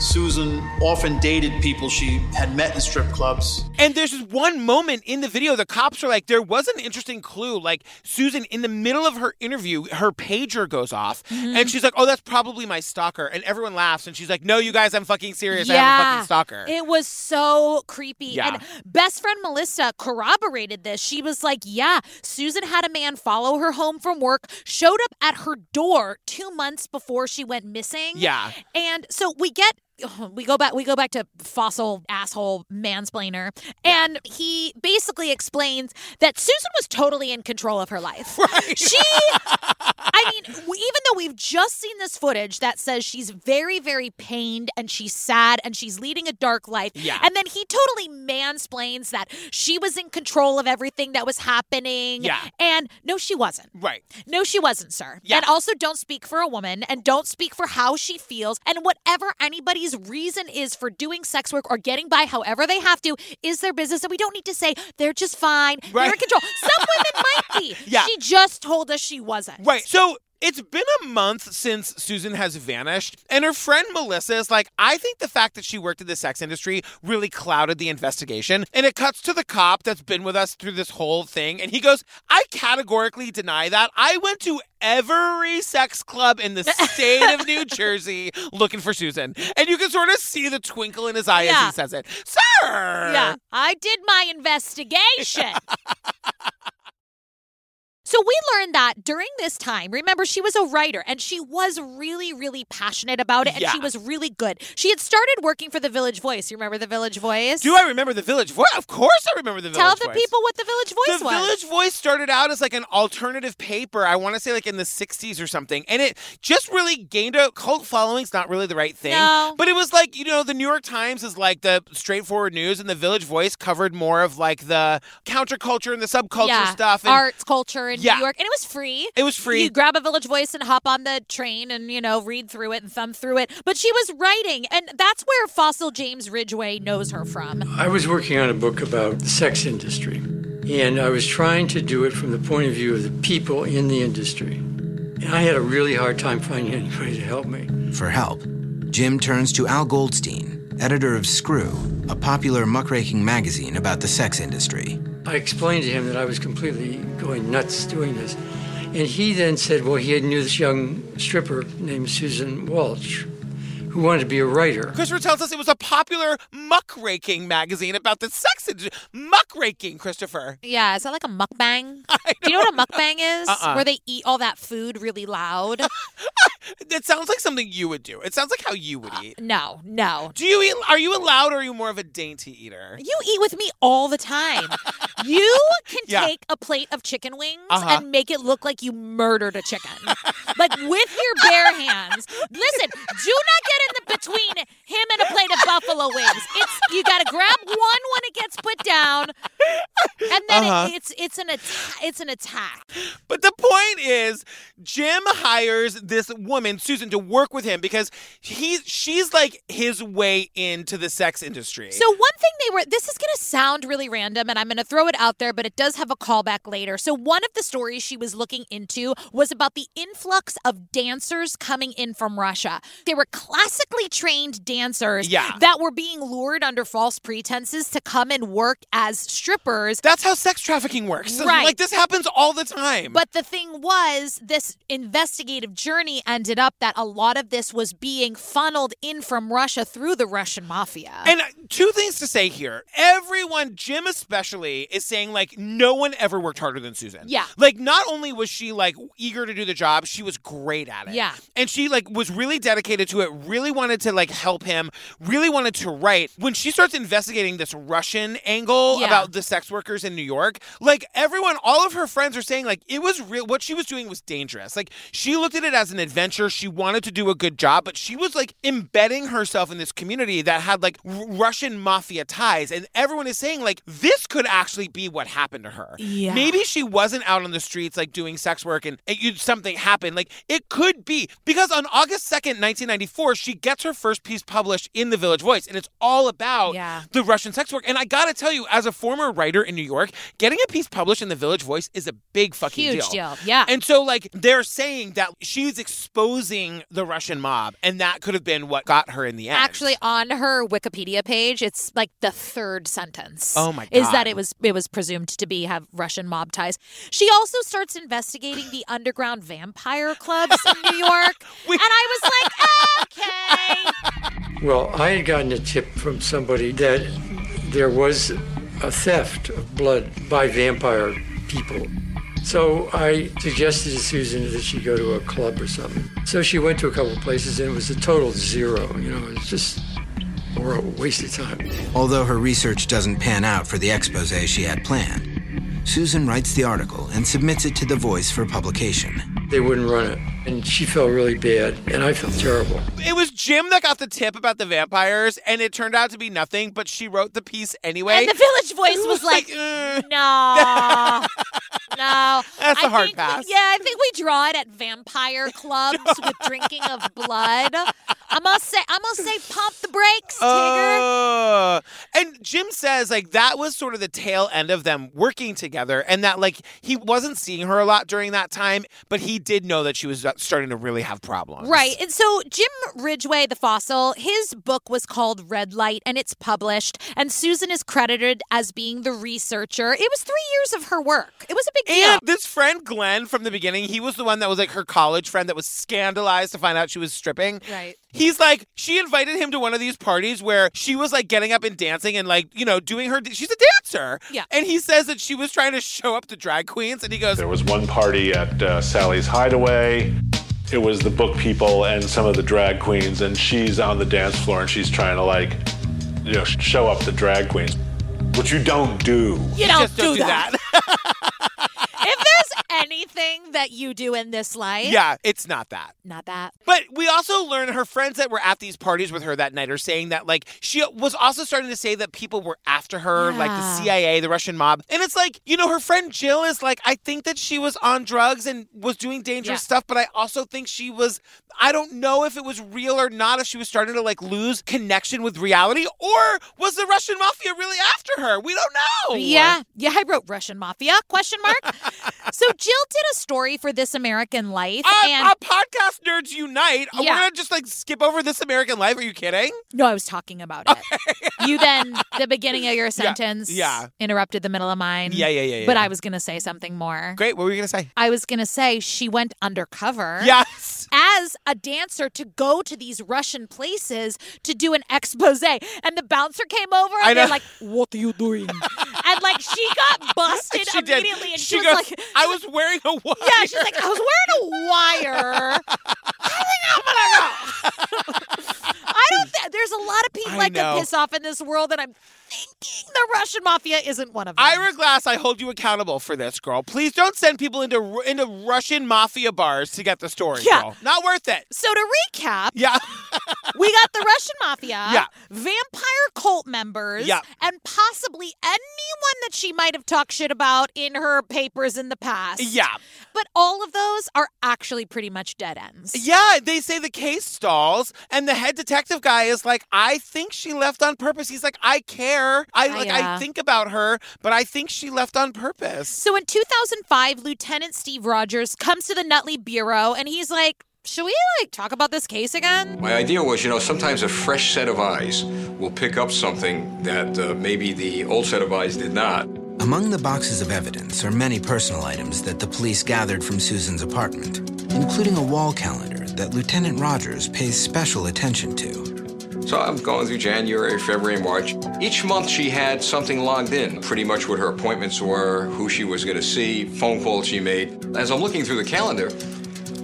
Speaker 7: Susan often dated people she had met in strip clubs.
Speaker 1: And there's just one moment in the video, the cops are like, there was an interesting clue. Like, Susan, in the middle of her interview, her pager goes off,
Speaker 2: Mhm.
Speaker 1: and she's like, oh, that's probably my stalker. And everyone laughs, and she's like, no, you guys, I'm fucking serious. I have a fucking stalker.
Speaker 2: It was so creepy.
Speaker 1: Yeah.
Speaker 2: And best friend Melissa corroborated this. She was like, Yeah, Susan had a man follow her home from work, showed up at her door two months before she went missing.
Speaker 13: Yeah.
Speaker 2: And so we get we go back we go back to fossil asshole mansplainer and he basically explains that Susan was totally in control of her life. She I mean, w- even though we've just seen this footage that says she's very, very pained and she's sad and she's leading a dark life.
Speaker 13: Yeah.
Speaker 2: And then he totally mansplains that she was in control of everything that was happening.
Speaker 13: Yeah.
Speaker 2: And no, she wasn't.
Speaker 1: Right.
Speaker 2: No, she wasn't, sir.
Speaker 13: Yeah.
Speaker 2: And also, don't speak for a woman and don't speak for how she feels. And whatever anybody's reason is for doing sex work or getting by however they have to is their business. And we don't need to say they're just fine. They're in
Speaker 1: Right.
Speaker 2: control. Some women might be.
Speaker 1: Yeah.
Speaker 2: She just told us she wasn't.
Speaker 1: Right. So it's been a month since Susan has vanished, and her friend Melissa is like, I think the fact that she worked in the sex industry really clouded the investigation. And it cuts to the cop that's been with us through this whole thing, and he goes, I categorically deny that. I went to every sex club in the state of New Jersey looking for Susan. And you can sort of see the twinkle in his eye as
Speaker 2: Yeah.
Speaker 1: he says it. Sir!
Speaker 2: Yeah, I did my investigation. So we learned that during this time, remember, she was a writer and she was really, really passionate about it and
Speaker 1: Yeah.
Speaker 2: she was really good. She had started working for the Village Voice. You remember the Village Voice?
Speaker 1: Do I remember the Village Voice? Of course I remember the Village
Speaker 2: Tell
Speaker 1: Voice.
Speaker 2: the people what the Village Voice
Speaker 1: the
Speaker 2: was.
Speaker 1: Village Voice started out as like an alternative paper. I want to say like in the 60s or something. And it just really gained a cult following. It's not really the right thing.
Speaker 2: No.
Speaker 1: But it was like, you know, the New York Times is like the straightforward news, and the Village Voice covered more of like the counterculture and the subculture
Speaker 2: yeah.
Speaker 1: stuff. And
Speaker 2: arts culture in
Speaker 1: Yeah.
Speaker 2: New York, and it was free.
Speaker 1: It was free.
Speaker 2: You grab a Village Voice and hop on the train and you know read through it and thumb through it. But she was writing, and that's where Fossil James Ridgway knows her from.
Speaker 4: I was working on a book about the sex industry, and I was trying to do it from the point of view of the people in the industry. And I had a really hard time finding anybody to help me.
Speaker 3: For help, Jim turns to Al Goldstein, editor of Screw, a popular muckraking magazine about the sex industry.
Speaker 4: I explained to him that I was completely going nuts doing this. And he then said, well, he had knew this young stripper named Susan Walsh who wanted to be a writer.
Speaker 1: Christopher tells us it was a popular muckraking magazine about the sex industry. Muckraking, Christopher.
Speaker 2: Yeah, is that like a mukbang? Do you know what a mukbang is?
Speaker 1: Uh-uh.
Speaker 2: Where they eat all that food really loud?
Speaker 1: It sounds like something you would do. It sounds like how you
Speaker 2: Uh,
Speaker 1: would eat.
Speaker 2: no, no.
Speaker 1: Do you eat? Are you allowed or are you more of a dainty eater?
Speaker 2: You eat with me all the time. you can
Speaker 1: Yeah.
Speaker 2: take a plate of chicken wings
Speaker 1: Uh-huh.
Speaker 2: and make it look like you murdered a chicken. like with your bare hands. Listen, do not get in the between him and a plate of buffalo wings. It's you gotta grab one when it gets put down. And then it-
Speaker 1: Uh-huh.
Speaker 2: it's it's an atta- it's an attack.
Speaker 1: But the point is, Jim hires this woman, Susan, to work with him because he's she's like his way into the sex industry.
Speaker 2: So one thing they were this is going to sound really random and I'm going to throw it out there but it does have a callback later. So one of the stories she was looking into was about the influx of dancers coming in from Russia. They were classically trained dancers
Speaker 13: Yeah.
Speaker 2: that were being lured under false pretenses to come and work as strippers.
Speaker 1: That's how sex trafficking works.
Speaker 2: Right.
Speaker 1: Like this happens all the time.
Speaker 2: But the thing was, this investigative journey ended up that a lot of this was being funneled in from Russia through the Russian mafia.
Speaker 1: and uh, two things to say here. Everyone, Jim especially, is saying like no one ever worked harder than Susan.
Speaker 2: Yeah.
Speaker 1: Like not only was she like eager to do the job, she was great at it.
Speaker 2: Yeah.
Speaker 1: And she like was really dedicated to it, really wanted to like help him, really wanted to write. When she starts investigating this Russian angle
Speaker 13: Yeah.
Speaker 1: about the sex workers in New York, like everyone, all of her friends are saying like it was real what she was doing was dangerous. Like she looked at it as an adventure. She wanted to do a good job, but she was like embedding herself in this community that had like R- Russian mafia ties and everyone is saying like this could actually be what happened to her.
Speaker 13: Yeah.
Speaker 1: Maybe maybe she wasn't out on the streets like doing sex work and it, you, something happened. Like it could be because on August 2nd, 1994, she gets her first piece published in the Village Voice and it's all about
Speaker 13: Yeah.
Speaker 1: the Russian sex work. And I got to tell you, as a former writer in New York, getting a piece published in the Village Voice is a big fucking
Speaker 2: Huge deal, yeah.
Speaker 1: And so like They're saying that she's exposing the Russian mob, and that could have been what got her in the end.
Speaker 2: Actually, on her Wikipedia page, it's like the third sentence.
Speaker 1: Oh my
Speaker 2: Is
Speaker 1: God.
Speaker 2: that it was it was presumed to be have Russian mob ties. She also starts investigating the underground vampire clubs in New York, and I was like,
Speaker 4: Well, I had gotten a tip from somebody that there was a theft of blood by vampire people. So I suggested to Susan that she go to a club or something. So she went to a couple places and it was a total zero. You know, it's just or a waste of time.
Speaker 3: Although her research doesn't pan out for the expose she had planned, Susan writes the article and submits it to The Voice for publication.
Speaker 4: They wouldn't run it. And she felt really bad and I felt terrible.
Speaker 1: It was Jim that got the tip about the vampires, and it turned out to be nothing, but she wrote the piece anyway.
Speaker 2: And the village voice was like, no, no.
Speaker 1: That's
Speaker 2: a
Speaker 1: a hard pass.
Speaker 2: Yeah, I think we draw it at vampire clubs with drinking of blood. I must say, I must say, pump the brakes, Tigger.
Speaker 1: Oh. And Jim says like that was sort of the tail end of them working together and that like he wasn't seeing her a lot during that time, but he did know that she was uh, starting to really have problems.
Speaker 2: Right. And so Jim Ridgway, the fossil, his book was called Red Light and it's published. And Susan is credited as being the researcher. It was three years of her work. It was a big deal.
Speaker 1: And this friend Glenn from the beginning, he was the one that was like her college friend that was scandalized to find out she was stripping.
Speaker 2: Right.
Speaker 1: He's like, she invited him to one of these parties where she was like getting up and dancing and like, you know, doing her. She's a dancer.
Speaker 2: Yeah.
Speaker 1: And he says that she was trying to show up to drag queens and he goes,
Speaker 11: There was one party at uh, Sally's Hideaway. It was the book people and some of the drag queens, and she's on the dance floor and she's trying to like, you know, sh- show up the drag queens, which you don't do.
Speaker 2: You don't, do that. if there's anything that you do in this life,
Speaker 1: yeah, it's not that.
Speaker 2: not that.
Speaker 1: But we also learn her friends that were at these parties with her that night are saying that like she was also starting to say that people were after her, like the
Speaker 2: Yeah.
Speaker 1: CIA, the Russian mob. And it's like, you know, her friend Jill is like, I think that she was on drugs and was doing dangerous
Speaker 2: Yeah.
Speaker 1: stuff, but I also think she was I don't know if it was real or not, if she was starting to like lose connection with reality, or was the Russian mafia really after her? We don't know.
Speaker 2: Yeah, yeah. I wrote Russian mafia question mark. so Jill did a story for This American Life,
Speaker 1: Uh,
Speaker 2: and
Speaker 1: uh, podcast nerds unite. We're
Speaker 2: Yeah.
Speaker 1: gonna just like skip over this American life. Are you kidding?
Speaker 2: no, I was talking about it. you then the beginning of your sentence,
Speaker 1: yeah.
Speaker 2: interrupted the middle of mine.
Speaker 1: Yeah, yeah, yeah, yeah,
Speaker 2: But
Speaker 1: yeah.
Speaker 2: I was gonna say something more.
Speaker 1: Great. What were you gonna say?
Speaker 2: I was gonna say she went undercover.
Speaker 1: Yes.
Speaker 2: As a dancer to go to these Russian places to do an expose. And the bouncer came over and
Speaker 1: I
Speaker 2: they're
Speaker 1: know.
Speaker 2: like, What are you doing? and like she got busted
Speaker 1: she did.
Speaker 2: immediately and
Speaker 1: she
Speaker 2: she, was
Speaker 1: goes,
Speaker 2: like
Speaker 1: I was wearing a wire.
Speaker 2: Yeah, she's like, I was wearing a wire. I don't think there's a lot of people
Speaker 1: I
Speaker 2: I
Speaker 1: know.
Speaker 2: could piss off in this world, and I'm thinking the Russian mafia isn't one of them.
Speaker 1: Ira Glass, I hold you accountable for this, girl. Please don't send people into Ru- into Russian mafia bars to get the story,
Speaker 2: Yeah.
Speaker 1: girl. Not worth it.
Speaker 2: so to recap,
Speaker 1: Yeah.
Speaker 2: we got the Russian mafia,
Speaker 1: Yeah.
Speaker 2: vampire cult members,
Speaker 1: Yeah.
Speaker 2: and possibly anyone that she might have talked shit about in her papers in the past.
Speaker 1: Yeah.
Speaker 2: But all of those are actually pretty much dead ends.
Speaker 1: Yeah, they say the case stalls, and the head detective guy is like, I think she left on purpose. He's like, I care. I
Speaker 2: Ah,
Speaker 1: like I
Speaker 2: yeah.
Speaker 1: think about her, but I think she left on purpose.
Speaker 2: So in 2005, Lieutenant Steve Rogers comes to the Nutley Bureau and he's like, should we like talk about this case
Speaker 1: Mm,
Speaker 2: again?
Speaker 13: My idea was, you know, sometimes a fresh set of eyes will pick up something that uh, maybe the old set of eyes did not.
Speaker 3: Among the boxes of evidence are many personal items that the police gathered from Susan's apartment, including a wall calendar that Lieutenant Rogers pays special attention to.
Speaker 13: So I'm going through January, February, March. Each month she had something logged in, pretty much what her appointments were, who she was going to see, phone calls she made. As I'm looking through the calendar,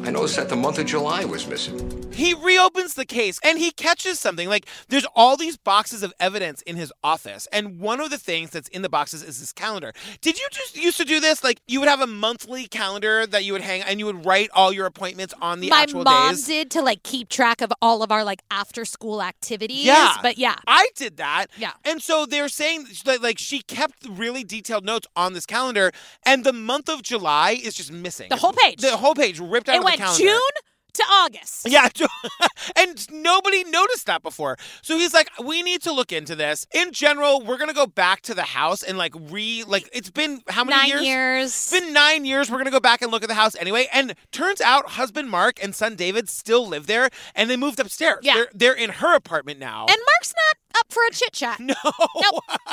Speaker 13: I noticed that the month of July was missing.
Speaker 1: He reopens the case and he catches something. Like, there's all these boxes of evidence in his office. And one of the things that's in the boxes is this calendar. Did you just used to do this? Like, you would have a monthly calendar that you would hang and you would write all your appointments on the
Speaker 2: My
Speaker 1: actual
Speaker 2: mom
Speaker 1: days?
Speaker 2: did to like keep track of all of our like after school activities.
Speaker 1: Yeah.
Speaker 2: But yeah.
Speaker 1: I did that.
Speaker 2: Yeah.
Speaker 1: And so they're saying that, like, she kept really detailed notes on this calendar, and the month of July is just missing.
Speaker 2: The whole page.
Speaker 1: The whole page ripped out
Speaker 2: it
Speaker 1: of
Speaker 2: went
Speaker 1: the calendar.
Speaker 2: June to August.
Speaker 1: Yeah. to- and nobody noticed that before. So he's like, we need to look into this. In general, we're going to go back to the house and like re, like, it's been how many
Speaker 2: Nine
Speaker 1: years?
Speaker 2: years. It's
Speaker 1: been nine years. We're going to go back and look at the house anyway. And turns out husband Mark and son David still live there and they moved upstairs.
Speaker 2: Yeah.
Speaker 1: They're, they're in her apartment now.
Speaker 2: And Mark's not up for a chit chat.
Speaker 1: No,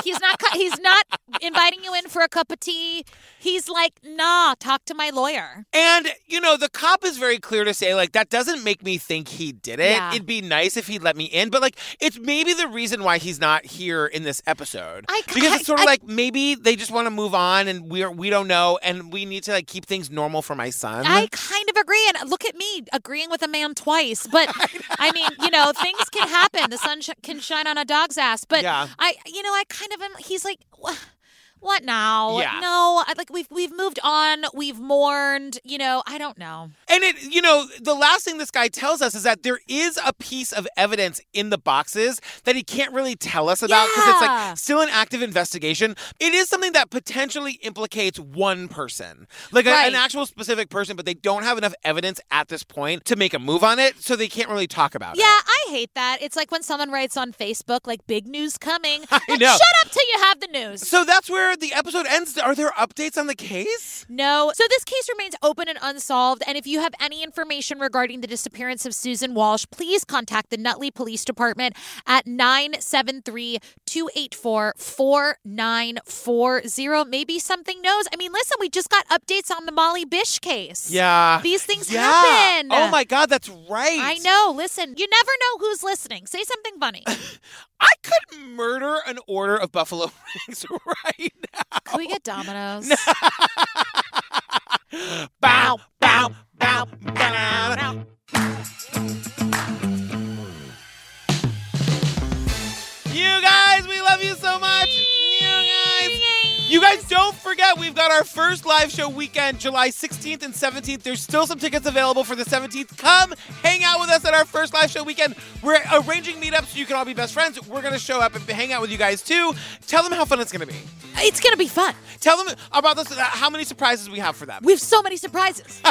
Speaker 2: he's not. cu- He's not inviting you in for a cup of tea. He's like, nah, talk to my lawyer.
Speaker 1: And, you know, the cop is very clear to say, like, that doesn't make me think he did it.
Speaker 2: Yeah.
Speaker 1: It'd be nice if he'd let me in. But, like, it's maybe the reason why he's not here in this episode.
Speaker 2: I-
Speaker 1: because it's sort of
Speaker 2: I-
Speaker 1: like maybe they just want to move on and we're, we don't know and we need to, like, keep things normal for my son.
Speaker 2: I kind of agree, and look at me agreeing with a man twice. But I mean, you know, things can happen. The sun sh- can shine on a dog's ass. But
Speaker 1: Yeah.
Speaker 2: I, you know, I kind of am. He's like, "Wha- what now?
Speaker 1: Yeah.
Speaker 2: No, I, like we've we've moved on. We've mourned. You know, I don't know.
Speaker 1: And it, you know, the last thing this guy tells us is that there is a piece of evidence in the boxes that he can't really tell us about because it's
Speaker 2: Yeah.
Speaker 1: like still an active investigation. It is something that potentially implicates one person, like a-
Speaker 2: Right.
Speaker 1: an actual specific person, but they don't have enough evidence at this point to make a move on it, so they can't really talk about
Speaker 2: Yeah,
Speaker 1: it.
Speaker 2: I hate that. It's like when someone writes on Facebook, like "big news coming." Like,
Speaker 1: know.
Speaker 2: Shut up till you have the news.
Speaker 1: So that's where the episode ends. Are there updates on the case?
Speaker 2: No. So this case remains open and unsolved. And if you have any information regarding the disappearance of Susan Walsh, please contact the Nutley Police Department at 973 284 4940. Maybe something knows. I mean, listen, we just got updates on the Molly Bish case.
Speaker 1: Yeah.
Speaker 2: These things
Speaker 1: Yeah.
Speaker 2: happen.
Speaker 1: Oh my God, that's right.
Speaker 2: I know. Listen, you never know who's listening. Say something funny.
Speaker 1: I could murder an order of buffalo wings right
Speaker 2: Can we get Domino's?
Speaker 1: Bow, bow, bow, bow. You guys, we love you so much. You guys. You guys don't forget we've got our first live show weekend, July 16th and 17th. There's still some tickets available for the 17th. Come hang out with us at our first live show weekend. We're arranging meetups so you can all be best friends. We're gonna show up and hang out with you guys too. Tell them how fun it's gonna be.
Speaker 2: It's gonna be fun.
Speaker 1: Tell them about this, uh, how many surprises we have for them.
Speaker 2: We have so many surprises.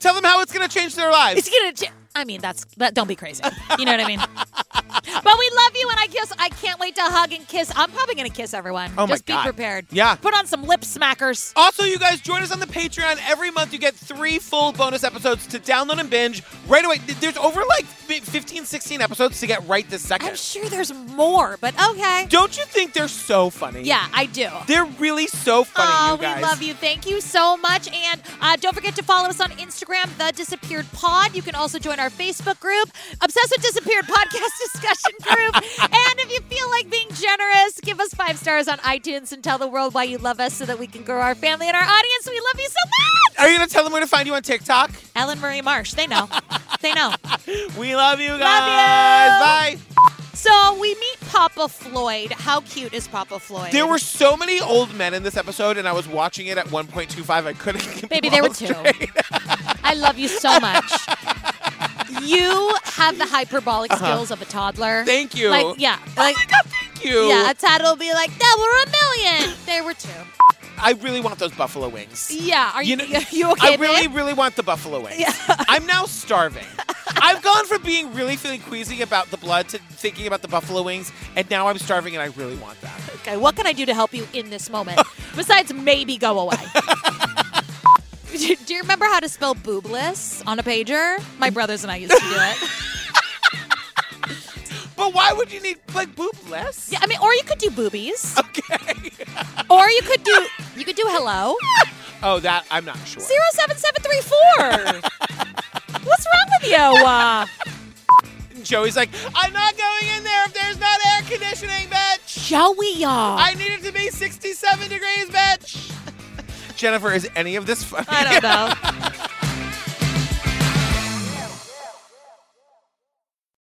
Speaker 1: Tell them how it's going to change their lives.
Speaker 2: It's gonna. Ch- I mean, that's that. Don't be crazy. You know what I mean. but we love you, and I guess I can't wait to hug and kiss. I'm probably gonna kiss everyone.
Speaker 1: Oh my
Speaker 2: Just
Speaker 1: God.
Speaker 2: be prepared.
Speaker 1: Yeah. Oh,
Speaker 2: Put on some lip smackers.
Speaker 1: Also, you guys join us on the Patreon every month. You get three full bonus episodes to download and binge right away. Th- There's over like fi- 15, 16 episodes to get right this second.
Speaker 2: I'm sure there's more, but okay.
Speaker 1: Don't you think they're so funny?
Speaker 2: Yeah, I do.
Speaker 1: They're really so funny,
Speaker 2: Oh,
Speaker 1: you guys.
Speaker 2: we love you. Thank you so much. And uh, don't forget to follow us on Instagram, The Disappeared Pod. You can also join our Facebook group, Obsessed with Disappeared Podcast Discussion Group. and if you feel like being generous, give us five stars on iTunes and tell the world why you love us so that we can grow our family and our audience. We love you so much.
Speaker 1: Are you going to tell them where to find you on TikTok?
Speaker 2: Ellen Marie Marsh, they know. they know.
Speaker 1: We love you guys. Bye.
Speaker 2: So we meet Papa Floyd. How cute is Papa Floyd?
Speaker 1: There were so many old men in this episode, and I was watching it at 1.25. I couldn't. keep them
Speaker 2: Baby, there
Speaker 1: all
Speaker 2: were two.
Speaker 1: straight.
Speaker 2: I love you so much. You have the hyperbolic
Speaker 1: Uh-huh.
Speaker 2: skills of a toddler.
Speaker 1: Thank you.
Speaker 2: Like, yeah. Like,
Speaker 1: Thank you.
Speaker 2: Yeah, a toddler will be like, there were a million. There were two.
Speaker 1: I really want those buffalo wings.
Speaker 2: Yeah. Are you, you,
Speaker 1: know-
Speaker 2: okay,
Speaker 1: I really,
Speaker 2: babe?
Speaker 1: really want the buffalo wings. I'm now starving. I've gone from being really feeling queasy about the blood to thinking about the buffalo wings, and now I'm starving and I really want that.
Speaker 2: Okay, what can I do to help you in this moment? Besides, maybe go away. do do you remember how to spell boobless on a pager? My brothers and I used to do it.
Speaker 1: But why would you need like boob less?
Speaker 2: Yeah, I mean, or you could do boobies. Okay. or you could do you could do hello.
Speaker 1: Oh, that I'm not sure.
Speaker 2: Zero seven seven three four. What's wrong with you? Uh,
Speaker 1: Joey's like, I'm not going in there if there's not air conditioning, bitch.
Speaker 2: Joey, y'all.
Speaker 1: I need it to be 67 degrees, bitch. Jennifer, is any of this funny?
Speaker 2: I don't know.